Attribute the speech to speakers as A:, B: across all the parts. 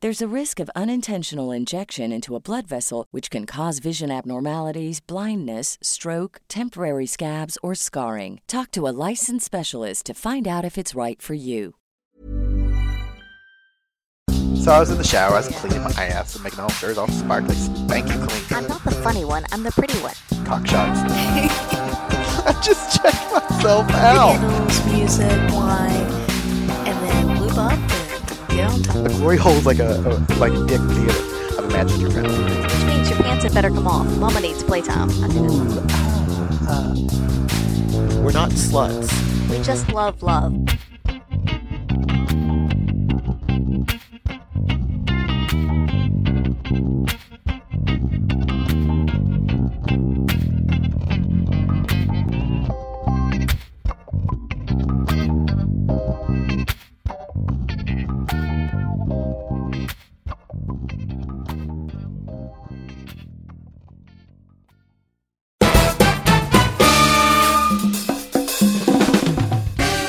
A: There's a risk of unintentional injection into a blood vessel, which can cause vision abnormalities, blindness, stroke, temporary scabs, or scarring. Talk to a licensed specialist to find out if it's right for you.
B: So I was in the shower, I was cleaning my ass and making all sure it was all sparkly, spanky clean,
C: I'm not the funny one, I'm the pretty one.
B: cock shots. I just checked myself out.
D: Candles, music, wine, and then lube up and get on top.
B: The glory hole's like a, a like a dick theater. I've imagined your friend.
C: Which means your pants had better come off. Mama needs playtime.
B: We're not sluts.
C: We just love love.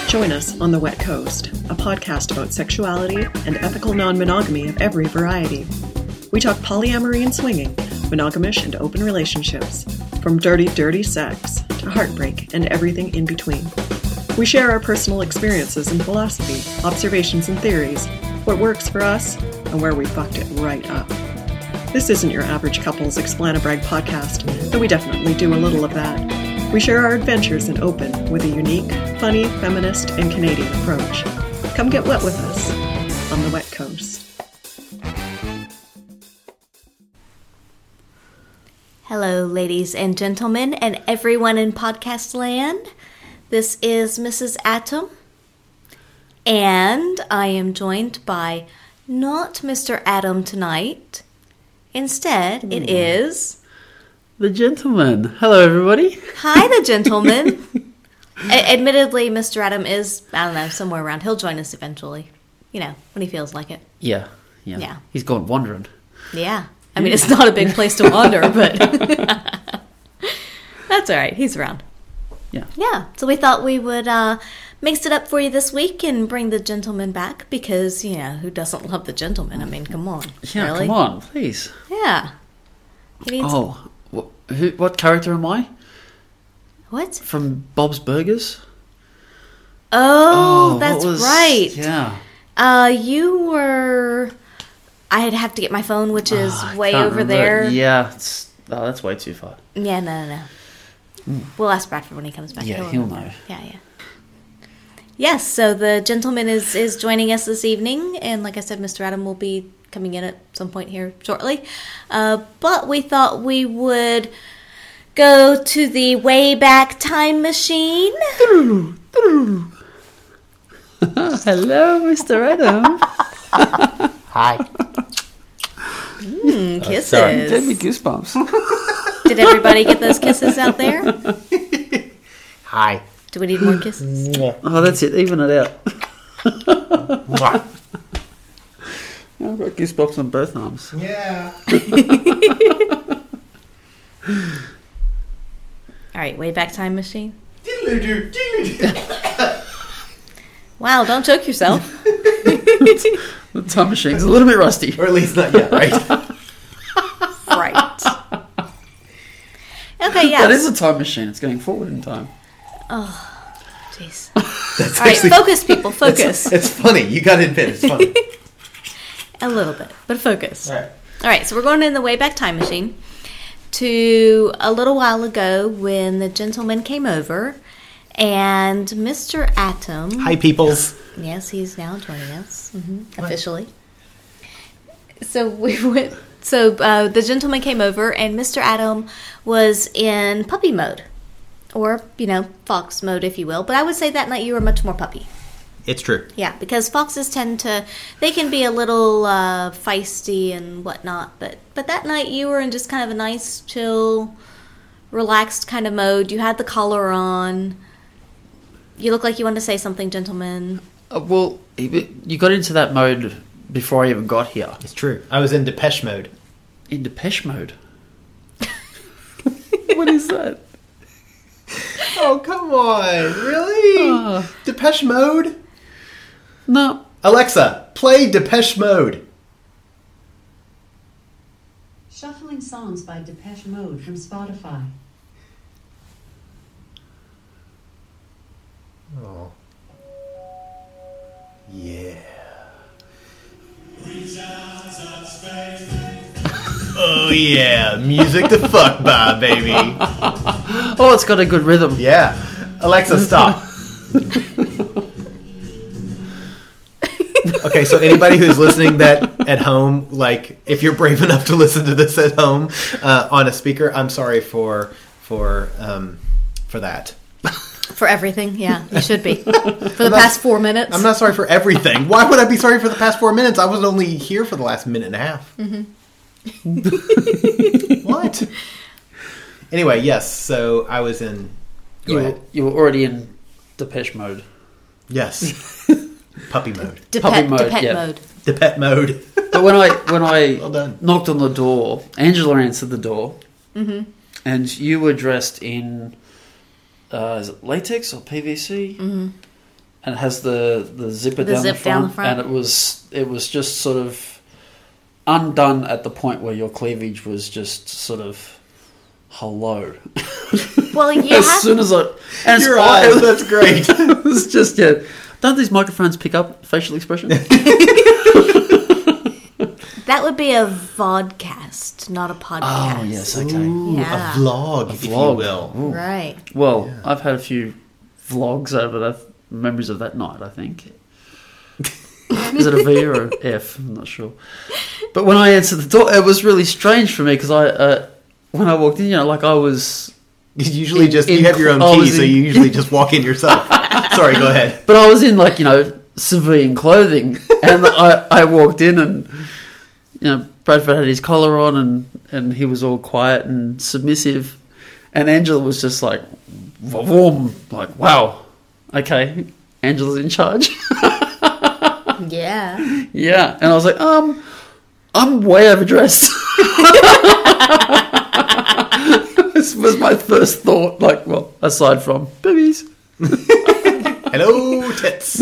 E: Join us on The Wet Coast, a podcast about sexuality and ethical non monogamy of every variety. We talk polyamory and swinging, monogamish and open relationships, from dirty, dirty sex to heartbreak and everything in between. We share our personal experiences and philosophy, observations and theories, what works for us, and where we fucked it right up. This isn't your average couple's Explanabrag podcast, though we definitely do a little of that. We share our adventures in open with a unique, funny, feminist, and Canadian approach. Come get wet with us on the Wet Coast.
C: Hello, ladies and gentlemen, and everyone in podcast land. This is Mrs. Atom, and I am joined by not Mr. Atom tonight. Instead, it
B: Hmm.
C: is
F: The gentleman. Hello, everybody.
C: Hi, the gentleman. A- admittedly, Mr. Atom is, I don't know, somewhere around. He'll join us eventually, you know, when he feels like it.
F: Yeah, yeah,
C: Yeah.
F: He's gone wandering.
C: Yeah. I mean, it's not a big place to wander, but that's all right. He's around.
F: Yeah.
C: Yeah. So we thought we would uh, mix it up for you this week and bring the gentleman back because, you know, who doesn't love the gentleman? I mean, come on.
F: Yeah,
C: really?
F: come on, please.
C: Yeah. He needs.
F: Oh, wh- who, what character am I
C: What?
F: from Bob's Burgers?
C: Oh,
F: Oh, what
C: that's
F: was-
C: right.
F: Yeah,
C: Uh, you were. I'd have to get my phone, which is
F: Ah, I
C: way
F: can't
C: over
F: remember.
C: there.
F: Yeah, it's, oh, that's way too far.
C: Yeah, no, no, no. We'll ask Bradford when he comes back.
F: Yeah, he'll
C: remember.
F: know.
C: Yeah, yeah. Yes, so the gentleman is is joining us this evening, and like I said, Mr. Adam will be coming in at some point here shortly. Uh, but we thought we would go to the way back time machine.
F: Oh, Hello, Mr. Adam.
B: Hi.
F: Uh,
C: Kisses.
F: Give me goosebumps.
C: Did everybody get those kisses out there?
B: Hi.
C: Do we need more kisses?
F: Oh, that's it. Even it out. I've got goosebumps on both arms.
B: yeah.
C: All right, way back time machine. Wow, don't choke yourself.
F: The time machine's a little bit rusty.
B: or at least not yet, right?
C: right. Okay, yeah.
F: That is a time machine. It's going forward in time.
C: Jeez. All right, focus, people, focus
B: It's funny. You gotta admit, it's funny.
C: a little bit, but focus.
B: All right.
C: All right, so we're going in the way back time machine to a little while ago when the gentleman came over And Mr. Atom.
G: Hi, peoples.
C: Yes, he's now joining us hmm officially. So we went. So uh, the gentleman came over, and Mr. Adam was in puppy mode, or you know, fox mode, if you will. But I would say that night you were much more puppy.
G: It's true.
C: Yeah, because foxes tend to they can be a little uh, feisty and whatnot. But but that night you were in just kind of a nice, chill, relaxed kind of mode. You had the collar on. You look like you wanted to say something, gentlemen.
H: Uh, well, you got into that mode before I even got here.
G: It's true. I was in Depeche mode.
H: In Depeche mode. what is that?
G: Oh, come on. Really? Depeche mode?
H: No.
G: Alexa, play Depeche mode.
I: Shuffling songs by Depeche Mode from Spotify.
G: Oh. Yeah. Oh yeah, music to fuck by, baby.
H: Oh, it's got a good rhythm.
G: Yeah. Alexa, stop. okay, so anybody who's listening that at home, like if you're brave enough to listen to this at home uh, on a speaker, I'm sorry for for um, for that.
C: For everything, yeah, you should be. For the past four minutes.
G: I'm not sorry for everything. Why would I be sorry for the past four minutes? I was only here for the last minute and a half. what? Anyway, yes. So I was in. Go
H: You, were,
G: ahead.
H: you were already in Depeche mode.
G: Yes. Puppy mode.
C: Depet,
H: puppy mode,
C: depet
H: yeah.
C: mode.
G: The pet mode.
H: But when I when I
G: Well done.
H: knocked on the door, Angela answered the door,
C: Mm-hmm.
H: and you were dressed in uh, is it latex or PVC, mm-hmm. and it has the the zipper
C: The
H: down, the
C: zip down the
H: front,
C: front.
H: and it was it was just sort of undone at the point where your cleavage was just sort of hello.
C: Well, you
H: as soon
C: have,
H: as I and it's
G: Your
H: all-
G: eyes, that's great.
H: it was just yeah. Don't these microphones pick up facial expression?
C: that would be a vodcast, not a podcast.
H: oh yes, okay.
G: A
C: Yeah.
G: vlog, if you
H: vlog.
G: will.
C: Right.
H: Well, I've had a few vlogs over the memories of that night. I think. Is it a V or an F? I'm not sure. But when I answered the door, it was really strange for me because I, uh, when I walked in, you know, like I was,
G: You usually just
H: in-
G: you have your own
H: I
G: key,
H: was
G: so
H: in-
G: you usually just walk in yourself. Sorry, go ahead.
H: but I was in like you know civilian clothing, and I, I walked in and you know Bradford had his collar on and and he was all quiet and submissive, and Angela was just like warm, like wow, okay, Angela's in charge.
C: Yeah.
H: Yeah, and I was like, um, I'm way overdressed. this was my first thought. Like, well, aside from boobies,
G: Hello, tits.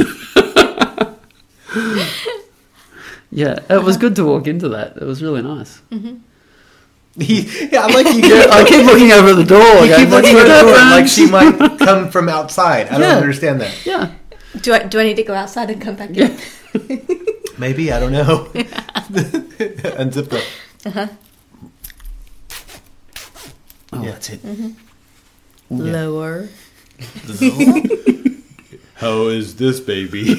H: yeah, it was good to walk into that. It was really nice.
G: He- yeah, I like you.
H: Yeah, I keep looking over the door.
G: you
H: going,
G: keep looking
H: "What's
G: at her
H: happened?"
G: like she might come from outside. I
H: Yeah.
G: don't understand that.
H: yeah,
C: Do I do I need to go outside and come back in?
H: yeah.
G: Maybe I don't know. Unzip the.
C: Uh-huh.
H: Oh, that's it.
C: Mm-hmm. Lower.
G: How is this baby?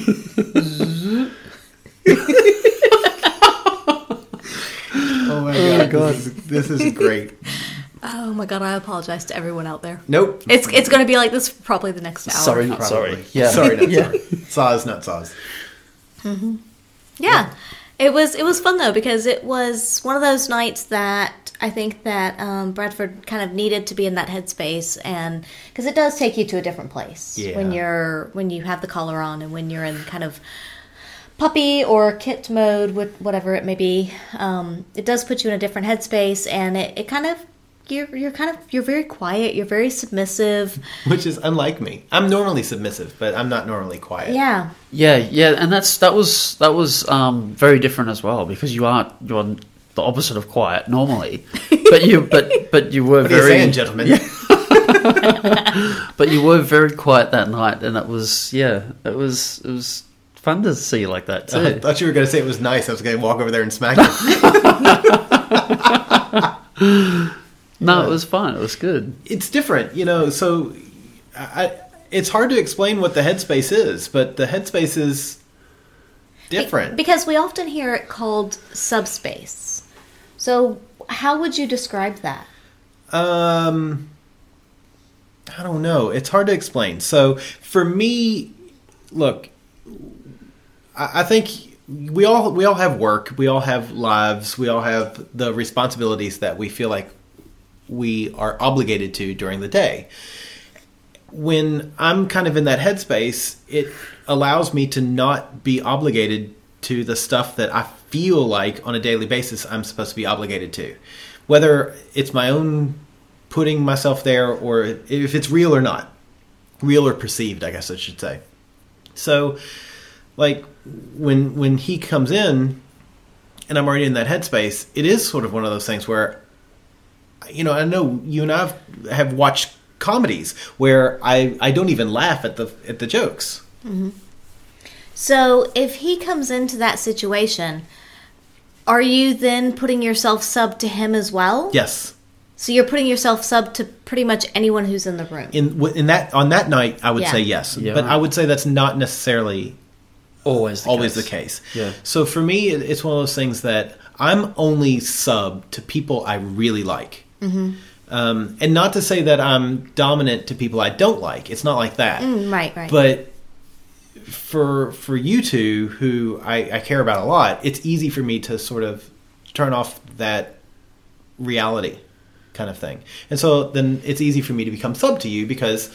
G: oh my god, This, is, this is great.
C: Oh my god, I apologize to everyone out there.
G: Nope.
C: It's it's going to be like this for probably the next hour.
H: Sorry, not
G: Probably.
H: sorry. Yeah,
G: Sorry, not
H: yeah.
G: sorry. Saws, not saws.
C: Yeah. It was it was fun though because it was one of those nights that I think that um, Bradford kind of needed to be in that headspace and because it does take you to a different place
G: Yeah.
C: when you're when you have the collar on and when you're in kind of puppy or kit mode with whatever it may be um, it does put you in a different headspace and it, it kind of you're you're kind of you're very quiet you're very submissive
G: Which is unlike me. I'm normally submissive, but I'm not normally quiet.
C: yeah
H: Yeah, yeah, and that's that was that was um, very different as well because you are you are the opposite of quiet normally, but you but but you were
G: What are you
H: very
G: saying, gentlemen?
H: but you were very quiet that night, and it was yeah, it was it was fun to see you like that
G: I
H: too.
G: thought you were going to say it was nice. I was going to walk over there and smack you.
H: no, it was fun. It was good.
G: it's different, you know. So, I, it's hard to explain what the headspace is, but the headspace is different.
C: Because we often hear it called subspace. So, how would you describe that?
G: Um, I don't know. It's hard to explain. So for me, look, I, I think we all we all have work, we all have lives, we all have the responsibilities that we feel like we are obligated to during the day. When I'm kind of in that headspace, it allows me to not be obligated to the stuff that I feel like on a daily basis I'm supposed to be obligated to. Whether it's my own putting myself there or if it's real or not real or perceived i guess i should say so like when when he comes in and i'm already in that headspace it is sort of one of those things where you know i know you and i have watched comedies where i i don't even laugh at the at the jokes
C: So, if he comes into that situation, are you then putting yourself sub to him as well?
G: yes
C: So, you're putting yourself sub to pretty much anyone who's in the room.
G: in in that on that night i would
C: Yeah.
G: say yes
H: Yeah.
G: but i would say that's not necessarily
H: Always the
G: always
H: case.
G: the case.
H: Yeah.
G: So for me, it- it's one of those things that I'm only sub to people I really like. Um, and not to say that I'm dominant to people I don't like. It's not like that.
C: Mm, right, right.
G: But for for you two, who I, I care about a lot, it's easy for me to sort of turn off that reality kind of thing. And so then it's easy for me to become sub to you because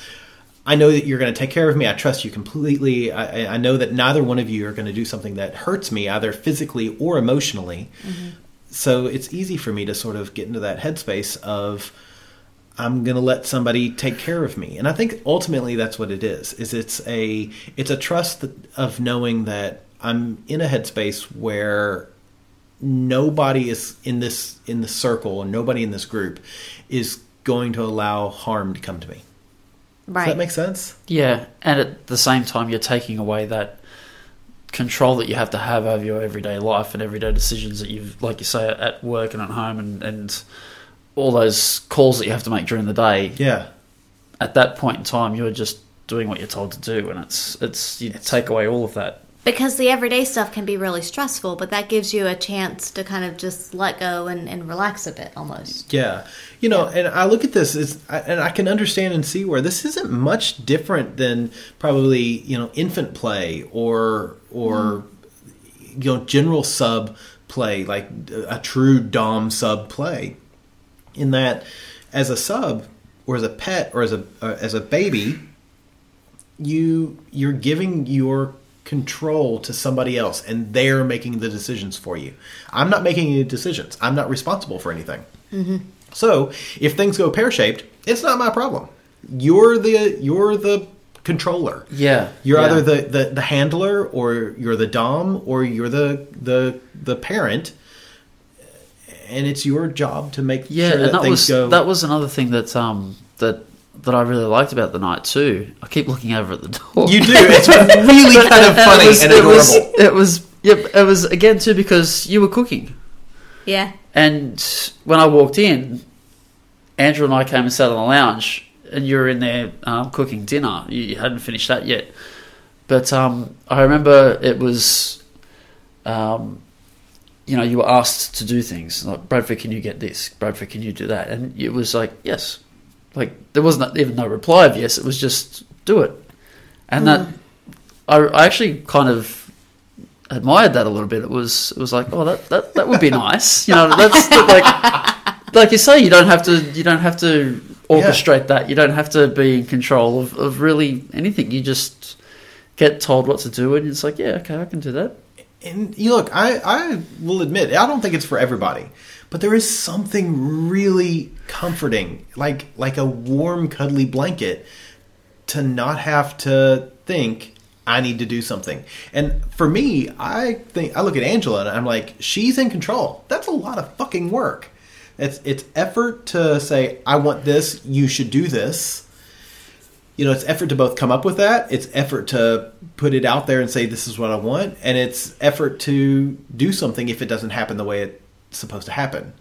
G: I know that you're going to take care of me. I trust you completely. I, I- I know that neither one of you are going to do something that hurts me, either physically or emotionally.
C: Mm-hmm.
G: So it's easy for me to sort of get into that headspace of I'm going to let somebody take care of me. And I think ultimately that's what it is. Is it's a it's a trust that, of knowing that I'm in a headspace where nobody is in this in the circle and nobody in this group is going to allow harm to come to me.
C: right.
G: Does that make sense?
H: Yeah, and at the same time, you're taking away that control that you have to have over your everyday life and everyday decisions that you've, like you say, at work and at home, and and all those calls that you have to make during the day.
G: Yeah.
H: At that point in time, you're just doing what you're told to do, and it's it's you take away all of that.
C: Because the everyday stuff can be really stressful, but that gives you a chance to kind of just let go and, and relax a bit almost.
G: Yeah, you know, and I look at this as, I- and I can understand and see where this isn't much different than probably you know infant play or or you know general sub play like a true dom sub play, in that as a sub or as a pet or as a uh, as a baby, you you're giving your control to somebody else and they're making the decisions for you. I'm not making any decisions. I'm not responsible for anything. So if things go pear shaped, it's not my problem. You're the you're the controller.
H: Yeah,
G: You're
H: yeah.
G: either the, the, the handler or you're the dom or you're the the the parent, and it's your job to make
H: Yeah,
G: sure that,
H: and that
G: things
H: was
G: go.
H: that was another thing that um that that I really liked about the night too. I keep looking over at the door.
G: you do. It's really kind of funny and
H: it
G: adorable.
H: was, it was yep. It was again too because you were cooking.
C: Yeah.
H: And when I walked in, Andrew and I came and sat on the lounge, and you were in there um, cooking dinner. You, you hadn't finished that yet, but um, I remember it was, um, you know, you were asked to do things like Bradford, can you get this? Bradford, can you do that? And it was like yes, like there wasn't even no reply of yes. It was just do it, and that I, I actually kind of admired that a little bit. It was it was like, oh, that that, that would be nice. You know, that's the- like like you say, you don't have to you don't have to orchestrate that. You don't have to be in control of, of really anything. You just get told what to do, and it's like, yeah, okay, I can do that.
G: and you look, I, I will admit, I don't think it's for everybody, but there is something really comforting, like like a warm, cuddly blanket, to not have to think I need to do something. And for me, I think I look at Angela and I'm like, she's in control. That's a lot of fucking work. It's it's effort to say I want this, you should do this you know, it's effort to both come up with that. It's effort to put it out there and say this is what I want, and it's effort to do something if it doesn't happen the way it's supposed to happen.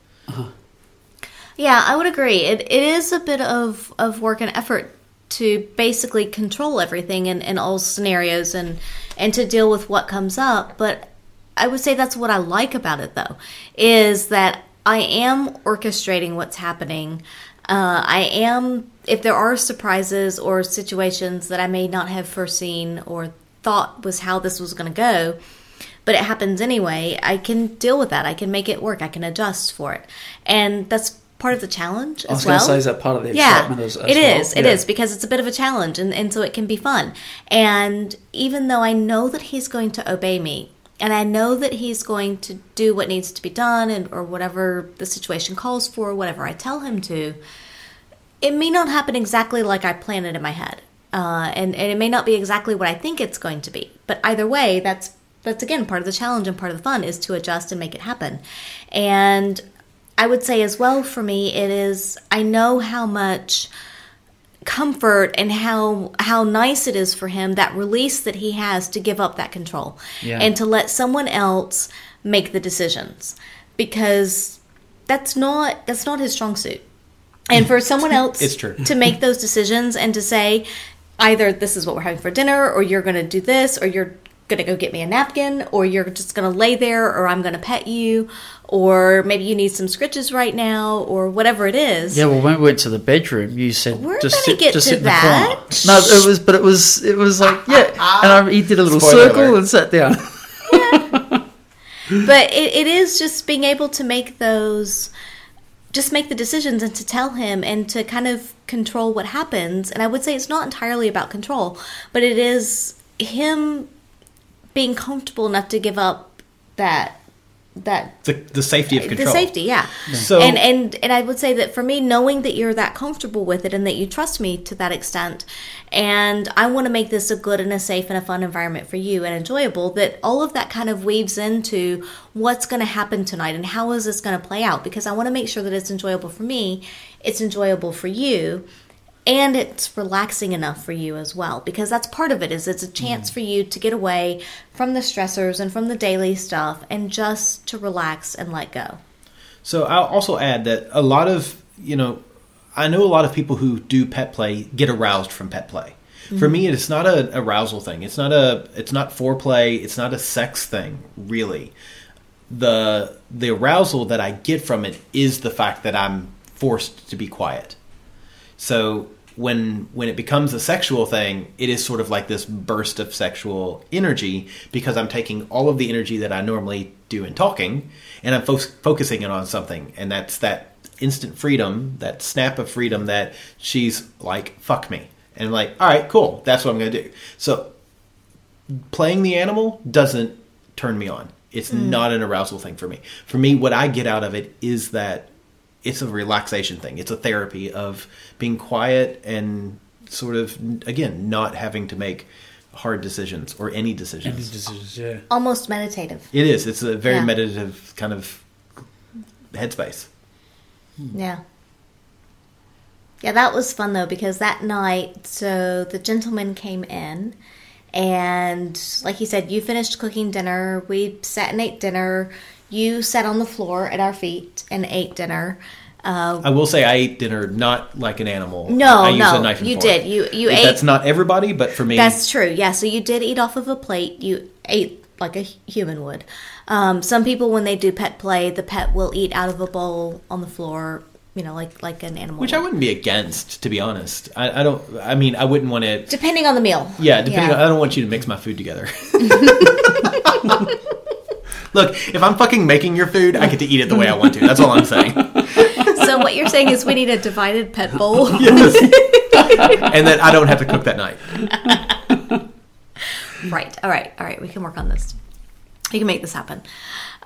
C: Yeah, I would agree. It, it is a bit of, of work and effort to basically control everything in, in all scenarios and and to deal with what comes up. But I would say that's what I like about it though, is that I am orchestrating what's happening. Uh, I am if there are surprises or situations that I may not have foreseen or thought was how this was going to go, but it happens anyway, I can deal with that. I can make it work. I can adjust for it. And that's part of the challenge
H: I was
C: as
H: going
C: well.
H: to say, is that part of the
C: yeah,
H: excitement as, as
C: it
H: well?
C: is. It is
H: Yeah.
C: because it's a bit of a challenge and, and so it can be fun. And even though I know that he's going to obey me and I know that he's going to do what needs to be done and or whatever the situation calls for, whatever I tell him to, it may not happen exactly like I plan it in my head, uh, and and it may not be exactly what I think it's going to be. But either way, that's that's again part of the challenge and part of the fun is to adjust and make it happen. And I would say as well for me, it is I know how much comfort and how how nice it is for him that release that he has to give up that control
H: Yeah.
C: and to let someone else make the decisions because that's not that's not his strong suit and for someone else
G: It's true.
C: to make those decisions and to say either this is what we're having for dinner or you're going to do this or you're going to go get me a napkin or you're just going to lay there or I'm going to pet you or maybe you need some scritches right now or whatever it is.
H: Yeah, well, when we went to the bedroom, you said
C: We're
H: just
C: gonna
H: sit,
C: get
H: just
C: to
H: sit in
C: that.
H: the corner. No, it was, but it was, it was like, yeah. And I, he did a little
G: Spoiler
H: circle
G: alert.
H: and sat down.
C: But it, it is just being able to make those just make the decisions and to tell him and to kind of control what happens. And I would say it's not entirely about control, but it is him being comfortable enough to give up that that
G: The, the safety of control.
C: The safety, yeah.
G: So-
C: and and and I would say that for me, knowing that you're that comfortable with it and that you trust me to that extent, and I want to make this a good and a safe and a fun environment for you and enjoyable. That all of that kind of weaves into what's going to happen tonight and how is this going to play out because I want to make sure that it's enjoyable for me, it's enjoyable for you, and it's relaxing enough for you as well because that's part of it is it's a chance for you to get away from the stressors and from the daily stuff and just to relax and let go
G: So I'll also add that a lot of you know, I know a lot of people who do pet play get aroused from pet play. For me, it's not an arousal thing. It's not a. It's not foreplay. It's not a sex thing, really. the The arousal that I get from it is the fact that I'm forced to be quiet. So when when it becomes a sexual thing, it is sort of like this burst of sexual energy because I'm taking all of the energy that I normally do in talking and I'm fo- focusing it on something, and that's that instant freedom, that snap of freedom that she's like, "Fuck me," and I'm like, "All right, cool, that's what I'm gonna do." So playing the animal doesn't turn me on. It's
C: Hmm.
G: not an arousal thing for me. For me, what I get out of it is that it's a relaxation thing. It's a therapy of being quiet and sort of again not having to make hard decisions or any decisions.
H: yeah.
C: almost meditative
G: It is. It's a very
C: Yeah.
G: meditative kind of headspace.
C: yeah yeah that was fun though because that night so the gentleman came in and like he said you finished cooking dinner we sat and ate dinner you sat on the floor at our feet and ate dinner uh,
G: I will say I ate dinner not like an animal.
C: No,
G: I used
C: no,
G: a knife and
C: you
G: fork.
C: did. You- you
G: If
C: ate-
G: That's not everybody, but for me,
C: That's true. Yeah. So you did eat off of a plate. You ate like a hu- human would. Um, some people, when they do pet play, the pet will eat out of a bowl on the floor. You know, like like an animal.
G: which I
C: would.
G: wouldn't be against, to be honest. I, I don't. I mean, I wouldn't want to
C: Depending on the meal.
G: Yeah, depending
C: Yeah.
G: on I don't want you to mix my food together. Look, if I'm fucking making your food, I get to eat it the way I want to. That's all I'm saying.
C: so what you're saying is we need a divided pet bowl.
G: and that I don't have to cook that night.
C: Right. All right. All right. We can work on this. We can make this happen.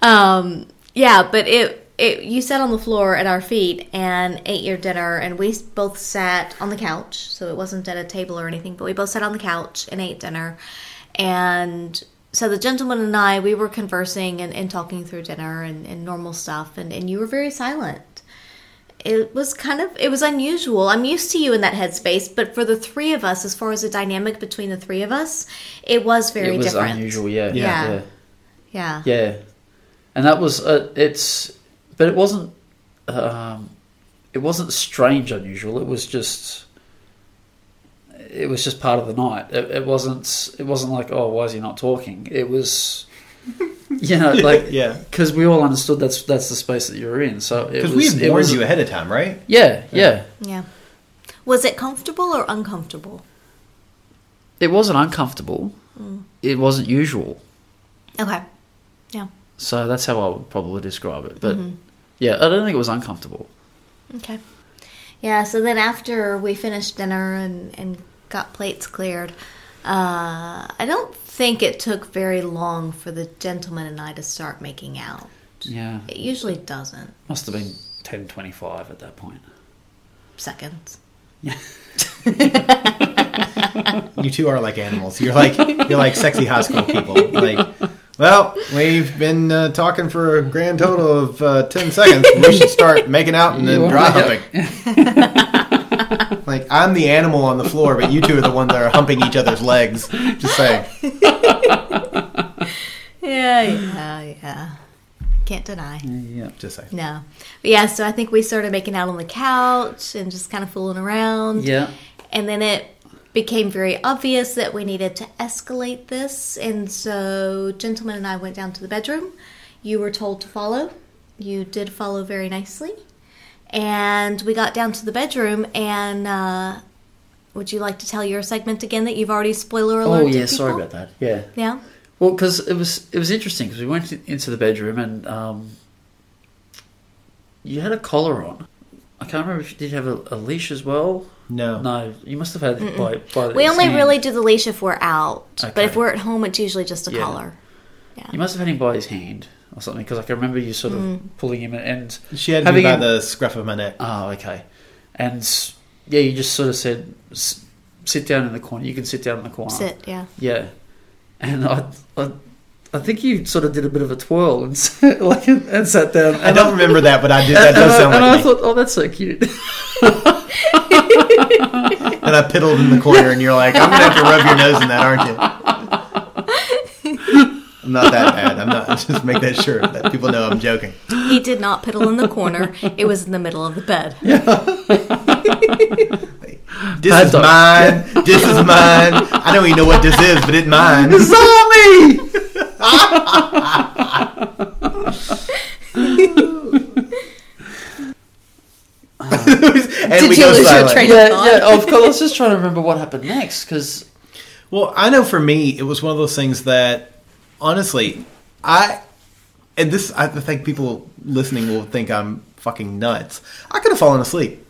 C: Um, yeah, but it, it you sat on the floor at our feet and ate your dinner, and we both sat on the couch. So it wasn't at a table or anything, but we both sat on the couch and ate dinner. And so the gentleman and I, we were conversing and, and talking through dinner and, and normal stuff, and, and you were very silent it was kind of it was unusual i'm used to you in that headspace but for the three of us as far as the dynamic between the three of us it was very
H: It was
C: different
H: unusual, yeah.
C: Yeah.
H: yeah.
C: yeah
H: Yeah, and that was uh, it's, but it wasn't, um, it wasn't strange unusual. It was just it was just part of the night. It, it wasn't. It wasn't like, oh, why is he not talking? It was, you know, like
G: Yeah.
H: because we all understood that's that's the space that you're in. So it
G: Because
H: was.
G: we had
H: it
G: warned
H: was-
G: you ahead of time, right?
H: Yeah, yeah.
C: Yeah. Was it comfortable or uncomfortable?
H: It wasn't uncomfortable.
C: Mm.
H: It wasn't usual.
C: Okay. Yeah.
H: So that's how I would probably describe it. But
C: Mm-hmm.
H: yeah, I don't think it was uncomfortable.
C: Okay. Yeah, so then after we finished dinner and, and got plates cleared, uh, I don't think it took very long for the gentleman and I to start making out.
H: Yeah,
C: It usually doesn't.
H: must have been ten twenty-five at that point.
C: Seconds.
G: You two are like animals. You're like you're like sexy high school people. Like, well, we've been uh, talking for a grand total of uh, ten seconds. We should start making out and then
H: You
G: dry
H: are
G: humping. like I'm the animal on the floor, but you two are the ones that are humping each other's legs. Just saying.
C: Yeah, yeah, yeah. Can't deny.
H: Yeah.
G: Just saying.
C: No. But yeah, so I think we started making out on the couch and just kind of fooling around.
H: Yeah.
C: And then it became very obvious that we needed to escalate this. And so, gentleman and I went down to the bedroom. You were told to follow. You did follow very nicely. And we got down to the bedroom. And uh, would you like to tell your segment again that you've already spoiler alert?
H: Oh yeah, sorry about that. Yeah.
C: Yeah.
H: Well, because it was it was interesting because we went in- into the bedroom and um, you had a collar on. I can't remember if you did have a, a leash as well.
G: No.
H: No, you must have had it by by the
C: We only
H: hand.
C: really do the leash if we're out. But
H: Okay.
C: if we're at home, it's usually just a
H: Yeah.
C: collar.
H: You must have had him by his hand or something because I can remember you sort of
C: Mm.
H: pulling him and
G: She had
H: Having
G: me by
H: a-
G: the scruff of my neck.
H: Oh, okay. And s- yeah, you just sort of said, S- "Sit down in the corner." You can sit down in the corner.
C: Sit, yeah.
H: Yeah. And I, I, I think you sort of did a bit of a twirl and sat, like and sat down.
G: I
H: And
G: don't remember that, but I did. That
H: and,
G: does
H: I,
G: sound
H: and
G: like
H: I
G: me.
H: thought, oh, that's so cute.
G: and I piddled in the corner, and you're like, I'm gonna have to rub your nose in that, aren't you? I'm not that bad. I'm not. Just make that sure that people know I'm joking.
C: He did not piddle in the corner. It was in the middle of the bed.
G: This
H: Bad
G: is
H: dog.
G: mine. This is mine. I don't even know what this is, but it's mine.
H: It's all me.
G: and we
C: you
G: go
C: lose your
G: silent.
C: train-
H: Yeah,
C: thought.
H: yeah. Of course, I was just trying to remember what happened next because
G: Well, I know for me, it was one of those things that, honestly, I, and this, I think people listening will think I'm fucking nuts. I could have fallen asleep.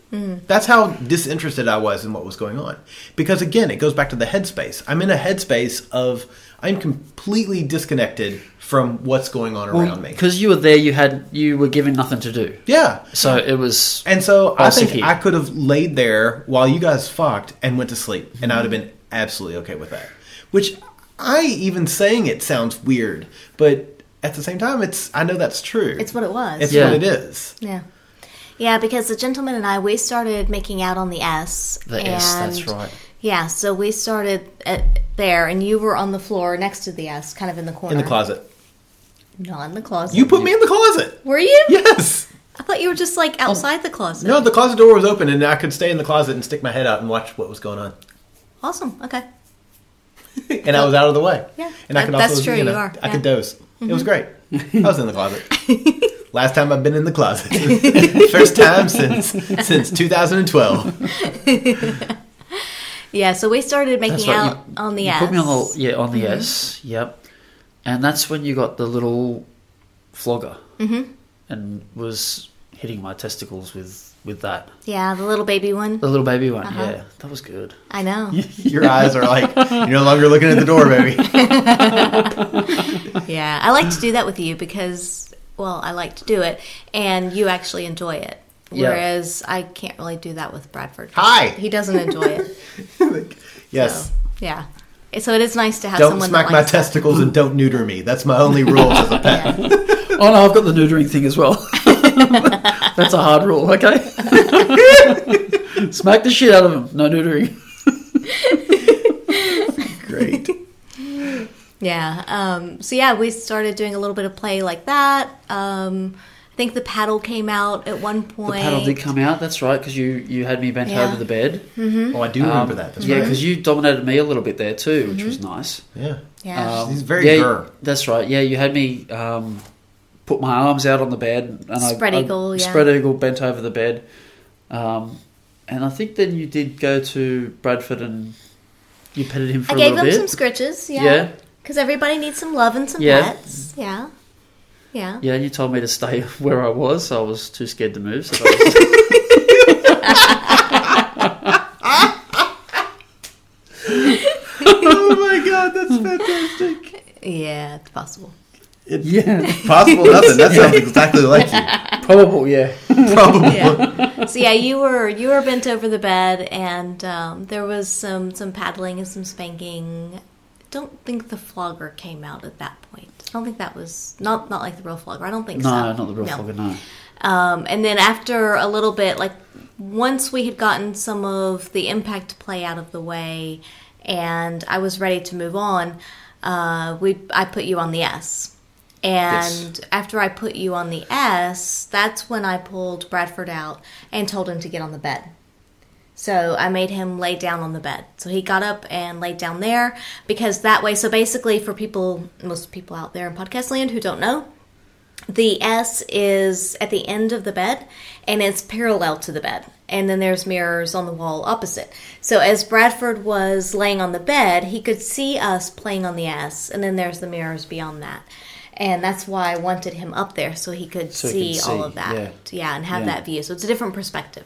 G: That's how disinterested I was in what was going on. Because again, it goes back to the headspace. I'm in a headspace of, I'm completely disconnected from what's going on around me.
H: because you were there, you had you were given nothing to do.
G: Yeah.
H: So it was.
G: And so
H: I'll
G: I
H: sit
G: think
H: here.
G: I could have laid there while you guys fucked and went to sleep, and I would have been absolutely okay with that. Which I even saying it sounds weird, but at the same time, it's I know that's true.
C: It's what it was.
G: It's
H: Yeah.
G: what it is.
C: yeah. Yeah, because the gentleman and I, we started making out on the S.
H: The S, that's right.
C: Yeah, so we started at there, and you were on the floor next to the S, kind of in the corner.
G: In the closet,
C: Not in the closet.
G: you put me in the closet.
C: Were you?
G: Yes.
C: I thought you were just like outside the closet.
G: No, the closet door was open, and I could stay in the closet and stick my head out and watch what was going on.
C: Awesome. Okay.
G: And I was out of the way.
C: Yeah.
G: And I could
C: That's
G: also,
C: true,
G: you know,
C: you are.
G: I could
C: Yeah. Mm-hmm.
G: doze. It was great. I was in the closet. Last time I've been in the closet. First time since since 2012.
C: Yeah, so we started making
H: right,
C: out
H: you-
C: on the
H: you
C: S. Mm-hmm.
H: Put me on the yeah on the S. Yep. And that's when you got the little flogger
C: Mm-hmm.
H: and was hitting my testicles with with that
C: yeah, the little baby one.
H: the little baby one.
C: Uh-huh.
H: Yeah, that was good.
C: I know.
G: Your eyes are like you're no longer looking at the door, baby.
C: Yeah, I like to do that with you because, well, I like to do it, and you actually enjoy it.
H: Yeah.
C: Whereas I can't really do that with Bradford.
G: Hi.
C: he doesn't enjoy it.
G: Yes.
C: yeah, so it is nice to have
G: don't
C: someone
G: smack
C: that
G: my
C: likes that.
G: testicles and don't neuter me. That's my only rule as a pet.
H: Oh no, I've got the neutering thing as well. that's a hard rule. Okay. Smack the shit out of him. No neutering.
G: Great.
C: Yeah. Um, so yeah, we started doing a little bit of play like that, um,
F: I think the paddle came out at one
H: The
F: point.
H: paddle did come out. That's right, because you you had me bent
F: Yeah.
H: over the bed.
G: Oh, I do remember that. That's
H: Um, yeah,
G: right.
H: because you dominated me a little bit there too, which was
F: Mm-hmm.
H: nice.
G: Yeah.
F: Yeah.
H: Um,
G: She's very
H: yeah,
G: her.
H: That's right. Yeah, you had me um, put my arms out on the bed and
F: Spread
H: I,
F: eagle,
H: I,
F: yeah.
H: spread eagle, bent over the bed, um, and I think then you did go to Bradford and you petted him for
F: I
H: a
F: gave
H: little
F: him
H: bit.
F: some scritches,
H: Yeah.
F: yeah. Because everybody needs some love and some
H: Yeah.
F: pets. Yeah. Yeah.
H: yeah, you told me to stay where I was. So I was too scared to move. So that was,
G: Oh my god, that's fantastic.
F: Yeah, it's possible.
H: yeah,
G: Possible nothing. That sounds exactly like you.
H: probable. Yeah,
G: Probably.
F: So yeah, you were you were bent over the bed, and um, there was some some paddling and some spanking. Don't think the flogger came out at that point. I don't think that was not not like the real flogger. I don't think
H: no,
F: so.
H: not the real
F: No.
H: fucking no.
F: Um, and then after a little bit, like once we had gotten some of the impact play out of the way, and I was ready to move on, uh, we I put you on the S. And after I put you on the S, that's when I pulled Bradford out and told him to get on the bed. So I made him lay down on the bed. So he got up and laid down there because that way. So basically, for people, most people out there in podcast land who don't know, the S is at the end of the bed and it's parallel to the bed. And then there's mirrors on the wall opposite. So as Bradford was laying on the bed, he could see us playing on the S, and then there's the mirrors beyond that. And that's why I wanted him up there so he could,
H: So
F: see,
H: he could
F: all
H: see,
F: of that.
H: yeah.
F: Yeah, and have
H: Yeah.
F: that view. So it's a different perspective.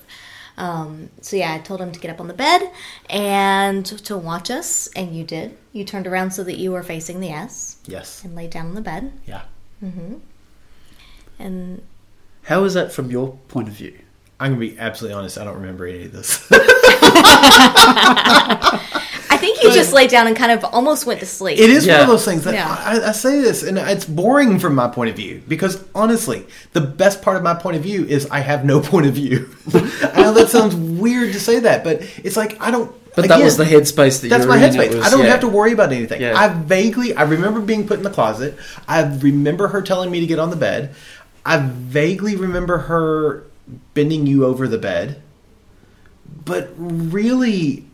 F: Um, so yeah, I told him to get up on the bed and to watch us, and you did. You turned around so that you were facing the S
G: Yes.
F: and lay down on the bed.
G: Yeah.
F: And
H: How is that from your point of view?
G: I'm gonna be absolutely honest. I don't remember any of this.
F: I think you just laid down and kind of almost went to sleep.
G: It is one
H: Yeah.
G: of those things that
F: Yeah.
G: I, I say this, and it's boring from my point of view because honestly, the best part of my point of view is I have no point of view. I know that sounds weird to say that, but it's like I don't.
H: But that was the headspace that
G: That's
H: you were
G: my
H: in. It
G: headspace.
H: was-
G: I don't
H: yeah.
G: have to worry about anything.
H: Yeah.
G: I vaguely, I remember being put in the closet. I remember her telling me to get on the bed. I vaguely remember her bending you over the bed. But really,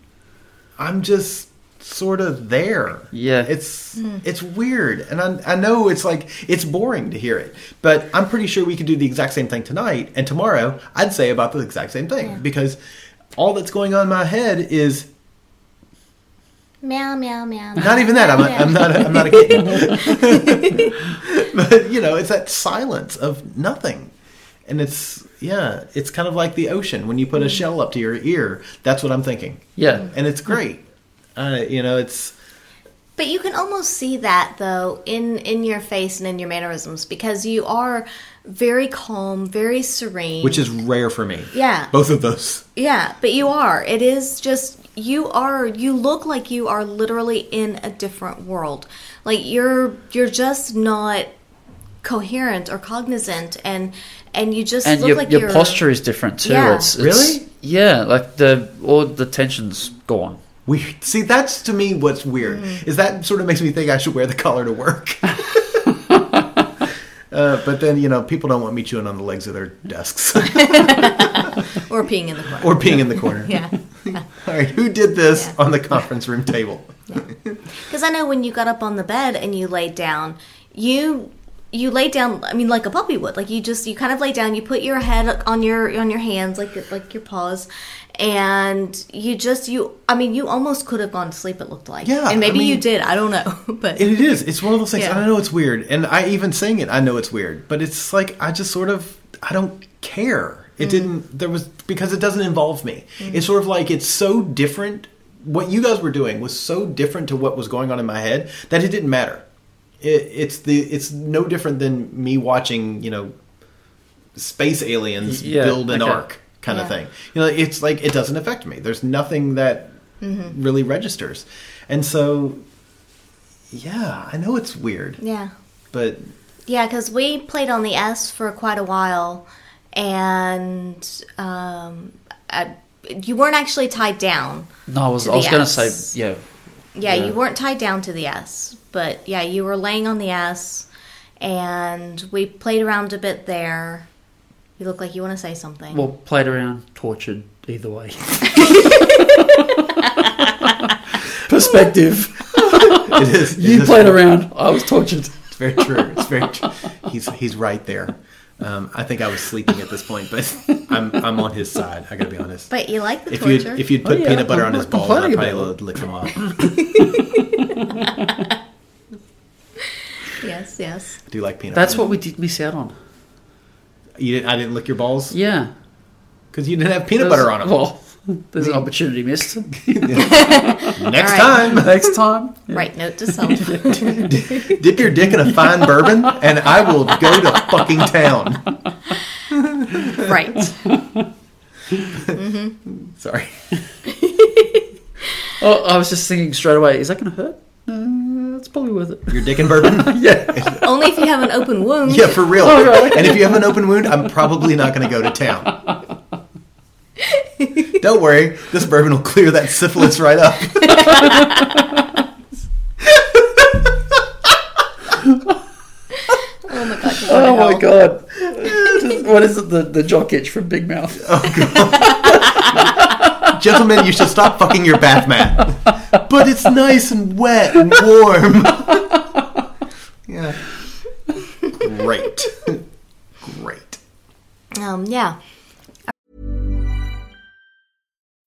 G: I'm just sort of there.
H: Yeah.
G: It's it's weird. And I I know it's like it's boring to hear it. But I'm pretty sure we could do the exact same thing tonight and tomorrow I'd say about the exact same thing because all that's going on in my head is
F: meow, meow, meow.
G: not even that. I'm, a, I'm not. A, I'm not a kitten. but you know, it's that silence of nothing, and it's yeah, it's kind of like the ocean when you put a shell up to your ear. That's what I'm thinking,
H: Yeah,
G: and it's great. Uh, you know, it's
F: But you can almost see that though in in your face and in your mannerisms because you are very calm, very serene.
G: which is rare for me.
F: Yeah.
G: both of those.
F: yeah, but you are. It is just you are. You look like you are literally in a different world. Like you're you're just not coherent or cognizant, and and you just
H: and
F: look
H: your,
F: like
H: your
F: you're,
H: posture is different too.
F: Yeah.
H: It's, it's-
G: Really?
H: Yeah, like the all the tension's gone.
G: Weird. See, that's to me what's weird
F: Mm.
G: is that sort of makes me think I should wear the collar to work. Uh, but then you know people don't want me chewing on the legs of their desks
F: or peeing in the corner.
G: or being in the corner.
F: yeah.
G: All right, who did this
F: Yeah.
G: on the conference room table?
F: Because I know when you got up on the bed and you laid down, you you laid down. I mean, like a puppy would. Like you just you kind of lay down. You put your head on your on your hands, like your, like your paws, and you just you. I mean, you almost could have gone to sleep. It looked like.
G: Yeah,
F: And maybe
G: I mean-
F: you did. I don't know. But
G: It is. It's one of those things.
F: Yeah.
G: I know it's weird, and I even sing it. I know it's weird, but it's like I just sort of I don't care. It didn't. There was because it doesn't involve me. It's sort of like it's so different. What you guys were doing was so different to what was going on in my head that it didn't matter. It, it's the. It's no different than me watching. You know, space aliens
H: Yeah,
G: build an
H: okay.
G: ark kind of
F: Yeah.
G: thing. You know, it's like it doesn't affect me. There's nothing that
C: Mm-hmm.
G: really registers, and so yeah, I know it's weird,
F: yeah.
G: but
F: Yeah, because we played on the S for quite a while, and um, I, you weren't actually tied down.
H: No, I was
F: To
H: I was
F: the
H: going to
F: S.
H: say yeah.
F: Yeah, you weren't tied down to the S, but yeah, you were laying on the S,
C: and we played around a bit there. You look like you want to say something.
H: Well, played around, tortured, either way. Perspective.
C: Oh,
G: It is. it
H: You
G: is-
H: played around, I was tortured.
G: It's very true. It's very true. He's he's right there. Um, I think I was sleeping at this point, but I'm I'm on his side. I gotta be honest.
C: but you like the
G: if you
C: torture.
G: if you'd put
H: Oh, yeah,
G: peanut butter
H: I'm
G: on his
H: not
G: balls, I
H: complaining
G: probably
H: about
G: would lick them off.
C: yes, yes.
G: Do you like peanut?
H: That's
G: butter?
H: what we did miss out on.
G: you didn't. I didn't lick your balls
H: Yeah.
G: because you didn't have peanut
H: There's-
G: butter on them.
H: Well, there's an opportunity missed.
C: All
G: Next
C: right.
G: time,
H: Next time.
C: Right, note to self.
G: dip your dick in a fine bourbon, and I will go to fucking town.
C: right.
G: Sorry.
H: Oh, I was just thinking straight away, is that going to hurt? No, that's probably worth it.
G: Your dick and bourbon?
H: Yeah.
C: Only if you have an open wound.
G: Yeah, for real. And if you have an open wound, I'm probably not going to go to town. Don't worry, this bourbon will clear that syphilis right up.
C: Oh my god. you go to hell.
H: oh my god. Just- what is it? The, the jock itch from Big Mouth.
G: Gentlemen, you should stop fucking your bath mat. But it's nice and wet and warm. yeah. Great. Great.
C: Um, yeah.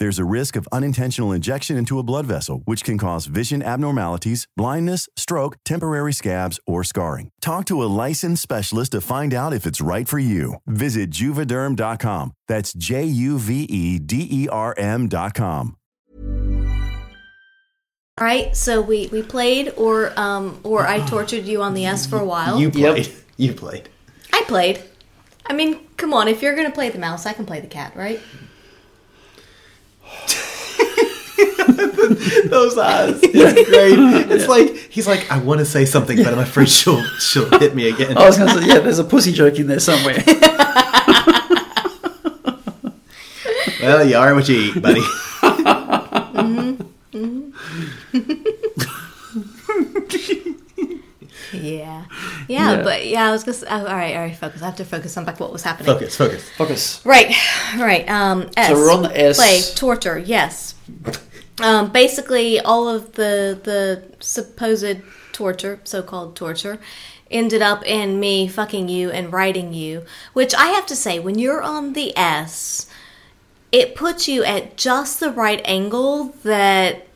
J: There's a risk of unintentional injection into a blood vessel, which can cause vision abnormalities, blindness, stroke, temporary scabs, or scarring. Talk to a licensed specialist to find out if it's right for you. Visit juvederm.com. That's J U V E D E R M.com.
C: All right. So we we played, or um, or I tortured you on the S for a while.
G: You played. You played.
C: I played. I mean, come on. If you're gonna play the mouse, I can play the cat, right?
G: Those eyes. It's great. It's like he's like, I want to say something, but I'm afraid she'll she'll hit me again.
H: I was going to say, yeah, there's a pussy joke in there somewhere.
G: Well, you are what you eat, buddy.
C: Yeah. Yeah.
H: Yeah.
C: But yeah, I was gonna. Say, oh, all right. All right. Focus. I have to focus on back what was happening.
G: Focus, focus.
H: Focus.
C: Right, right. Um, S.
H: we're on the S.
C: Play torture. Yes. Um, basically, all of the the supposed torture, so called torture, ended up in me fucking you and writing you. Which I have to say, when you're on the S, it puts you at just the right angle. That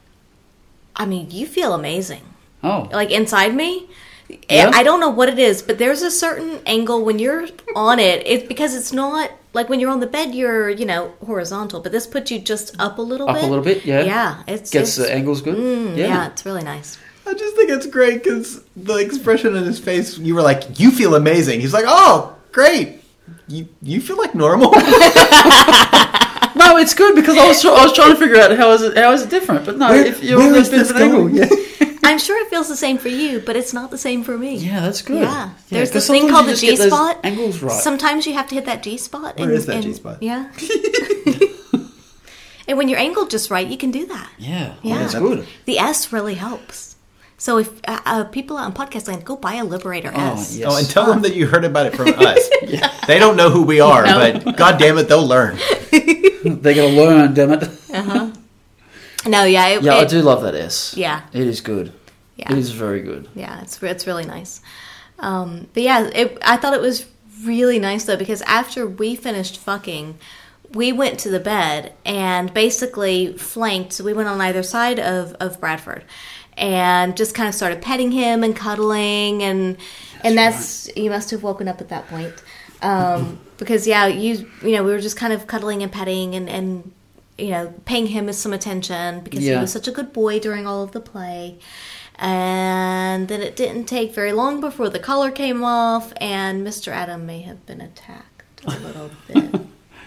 C: I mean, you feel amazing
H: Oh.
C: like inside me.
H: Yeah?
C: I don't know what it is, but there's a certain angle when you're on it. It's because it's not like when you're on the bed, you're you know horizontal, but this puts you just up a little
H: Up
C: bit.
H: a little bit, yeah.
C: Yeah, it's
H: Gets
C: it's- Mm,
H: the angles good.
C: yeah.
H: yeah.
C: it's really nice.
G: I just think it's great because the expression on his face, you were like, you feel amazing. He's like, oh, great. You, you feel like normal?
H: No, it's good because I was, try- I was trying to figure out how is it how is it different, but no,
G: Where-
H: if you're
G: where
H: on
G: is
H: a bit of
G: this
H: an angle,
G: going?
H: yeah,
C: I'm sure it feels the same for you, but it's not the same for me.
H: yeah, that's good.
C: Yeah, there's this
H: 'cause
C: thing
H: sometimes
C: called the
H: you just get
C: G
H: those
C: spot.
H: Angles right.
C: Sometimes you have to hit that G spot.
G: Where
C: and-
G: is that
C: and-
G: G-spot?
C: Yeah. and when you're angled just right, you can do that.
H: yeah,
C: Yeah.
H: yeah, that's good.
C: The S really helps. So if uh, uh, people out in podcast land, go buy a Liberator S.
H: yes.
G: oh, and tell them that you heard about it from us. They don't know who we are, but god damn it, they'll learn.
H: They're gonna learn, damn it.
C: No, yeah, it,
H: Yeah, I
C: it-
H: do love that S.
C: Yeah.
H: it is good.
C: Yeah.
H: It is very good.
C: Yeah, it's re- it's really nice. Um, but yeah, it, I thought it was really nice though because after we finished fucking, we went to the bed and basically flanked. We went on either side of of Bradford, and just kind of started petting him and cuddling and and that's you must have woken up at that point um, because yeah you you know we were just kind of cuddling and petting and and you know paying him some attention because he
K: Yeah.
C: was such a good boy during all of the play and then it didn't take very long before the collar came off and mr adam may have been attacked a little bit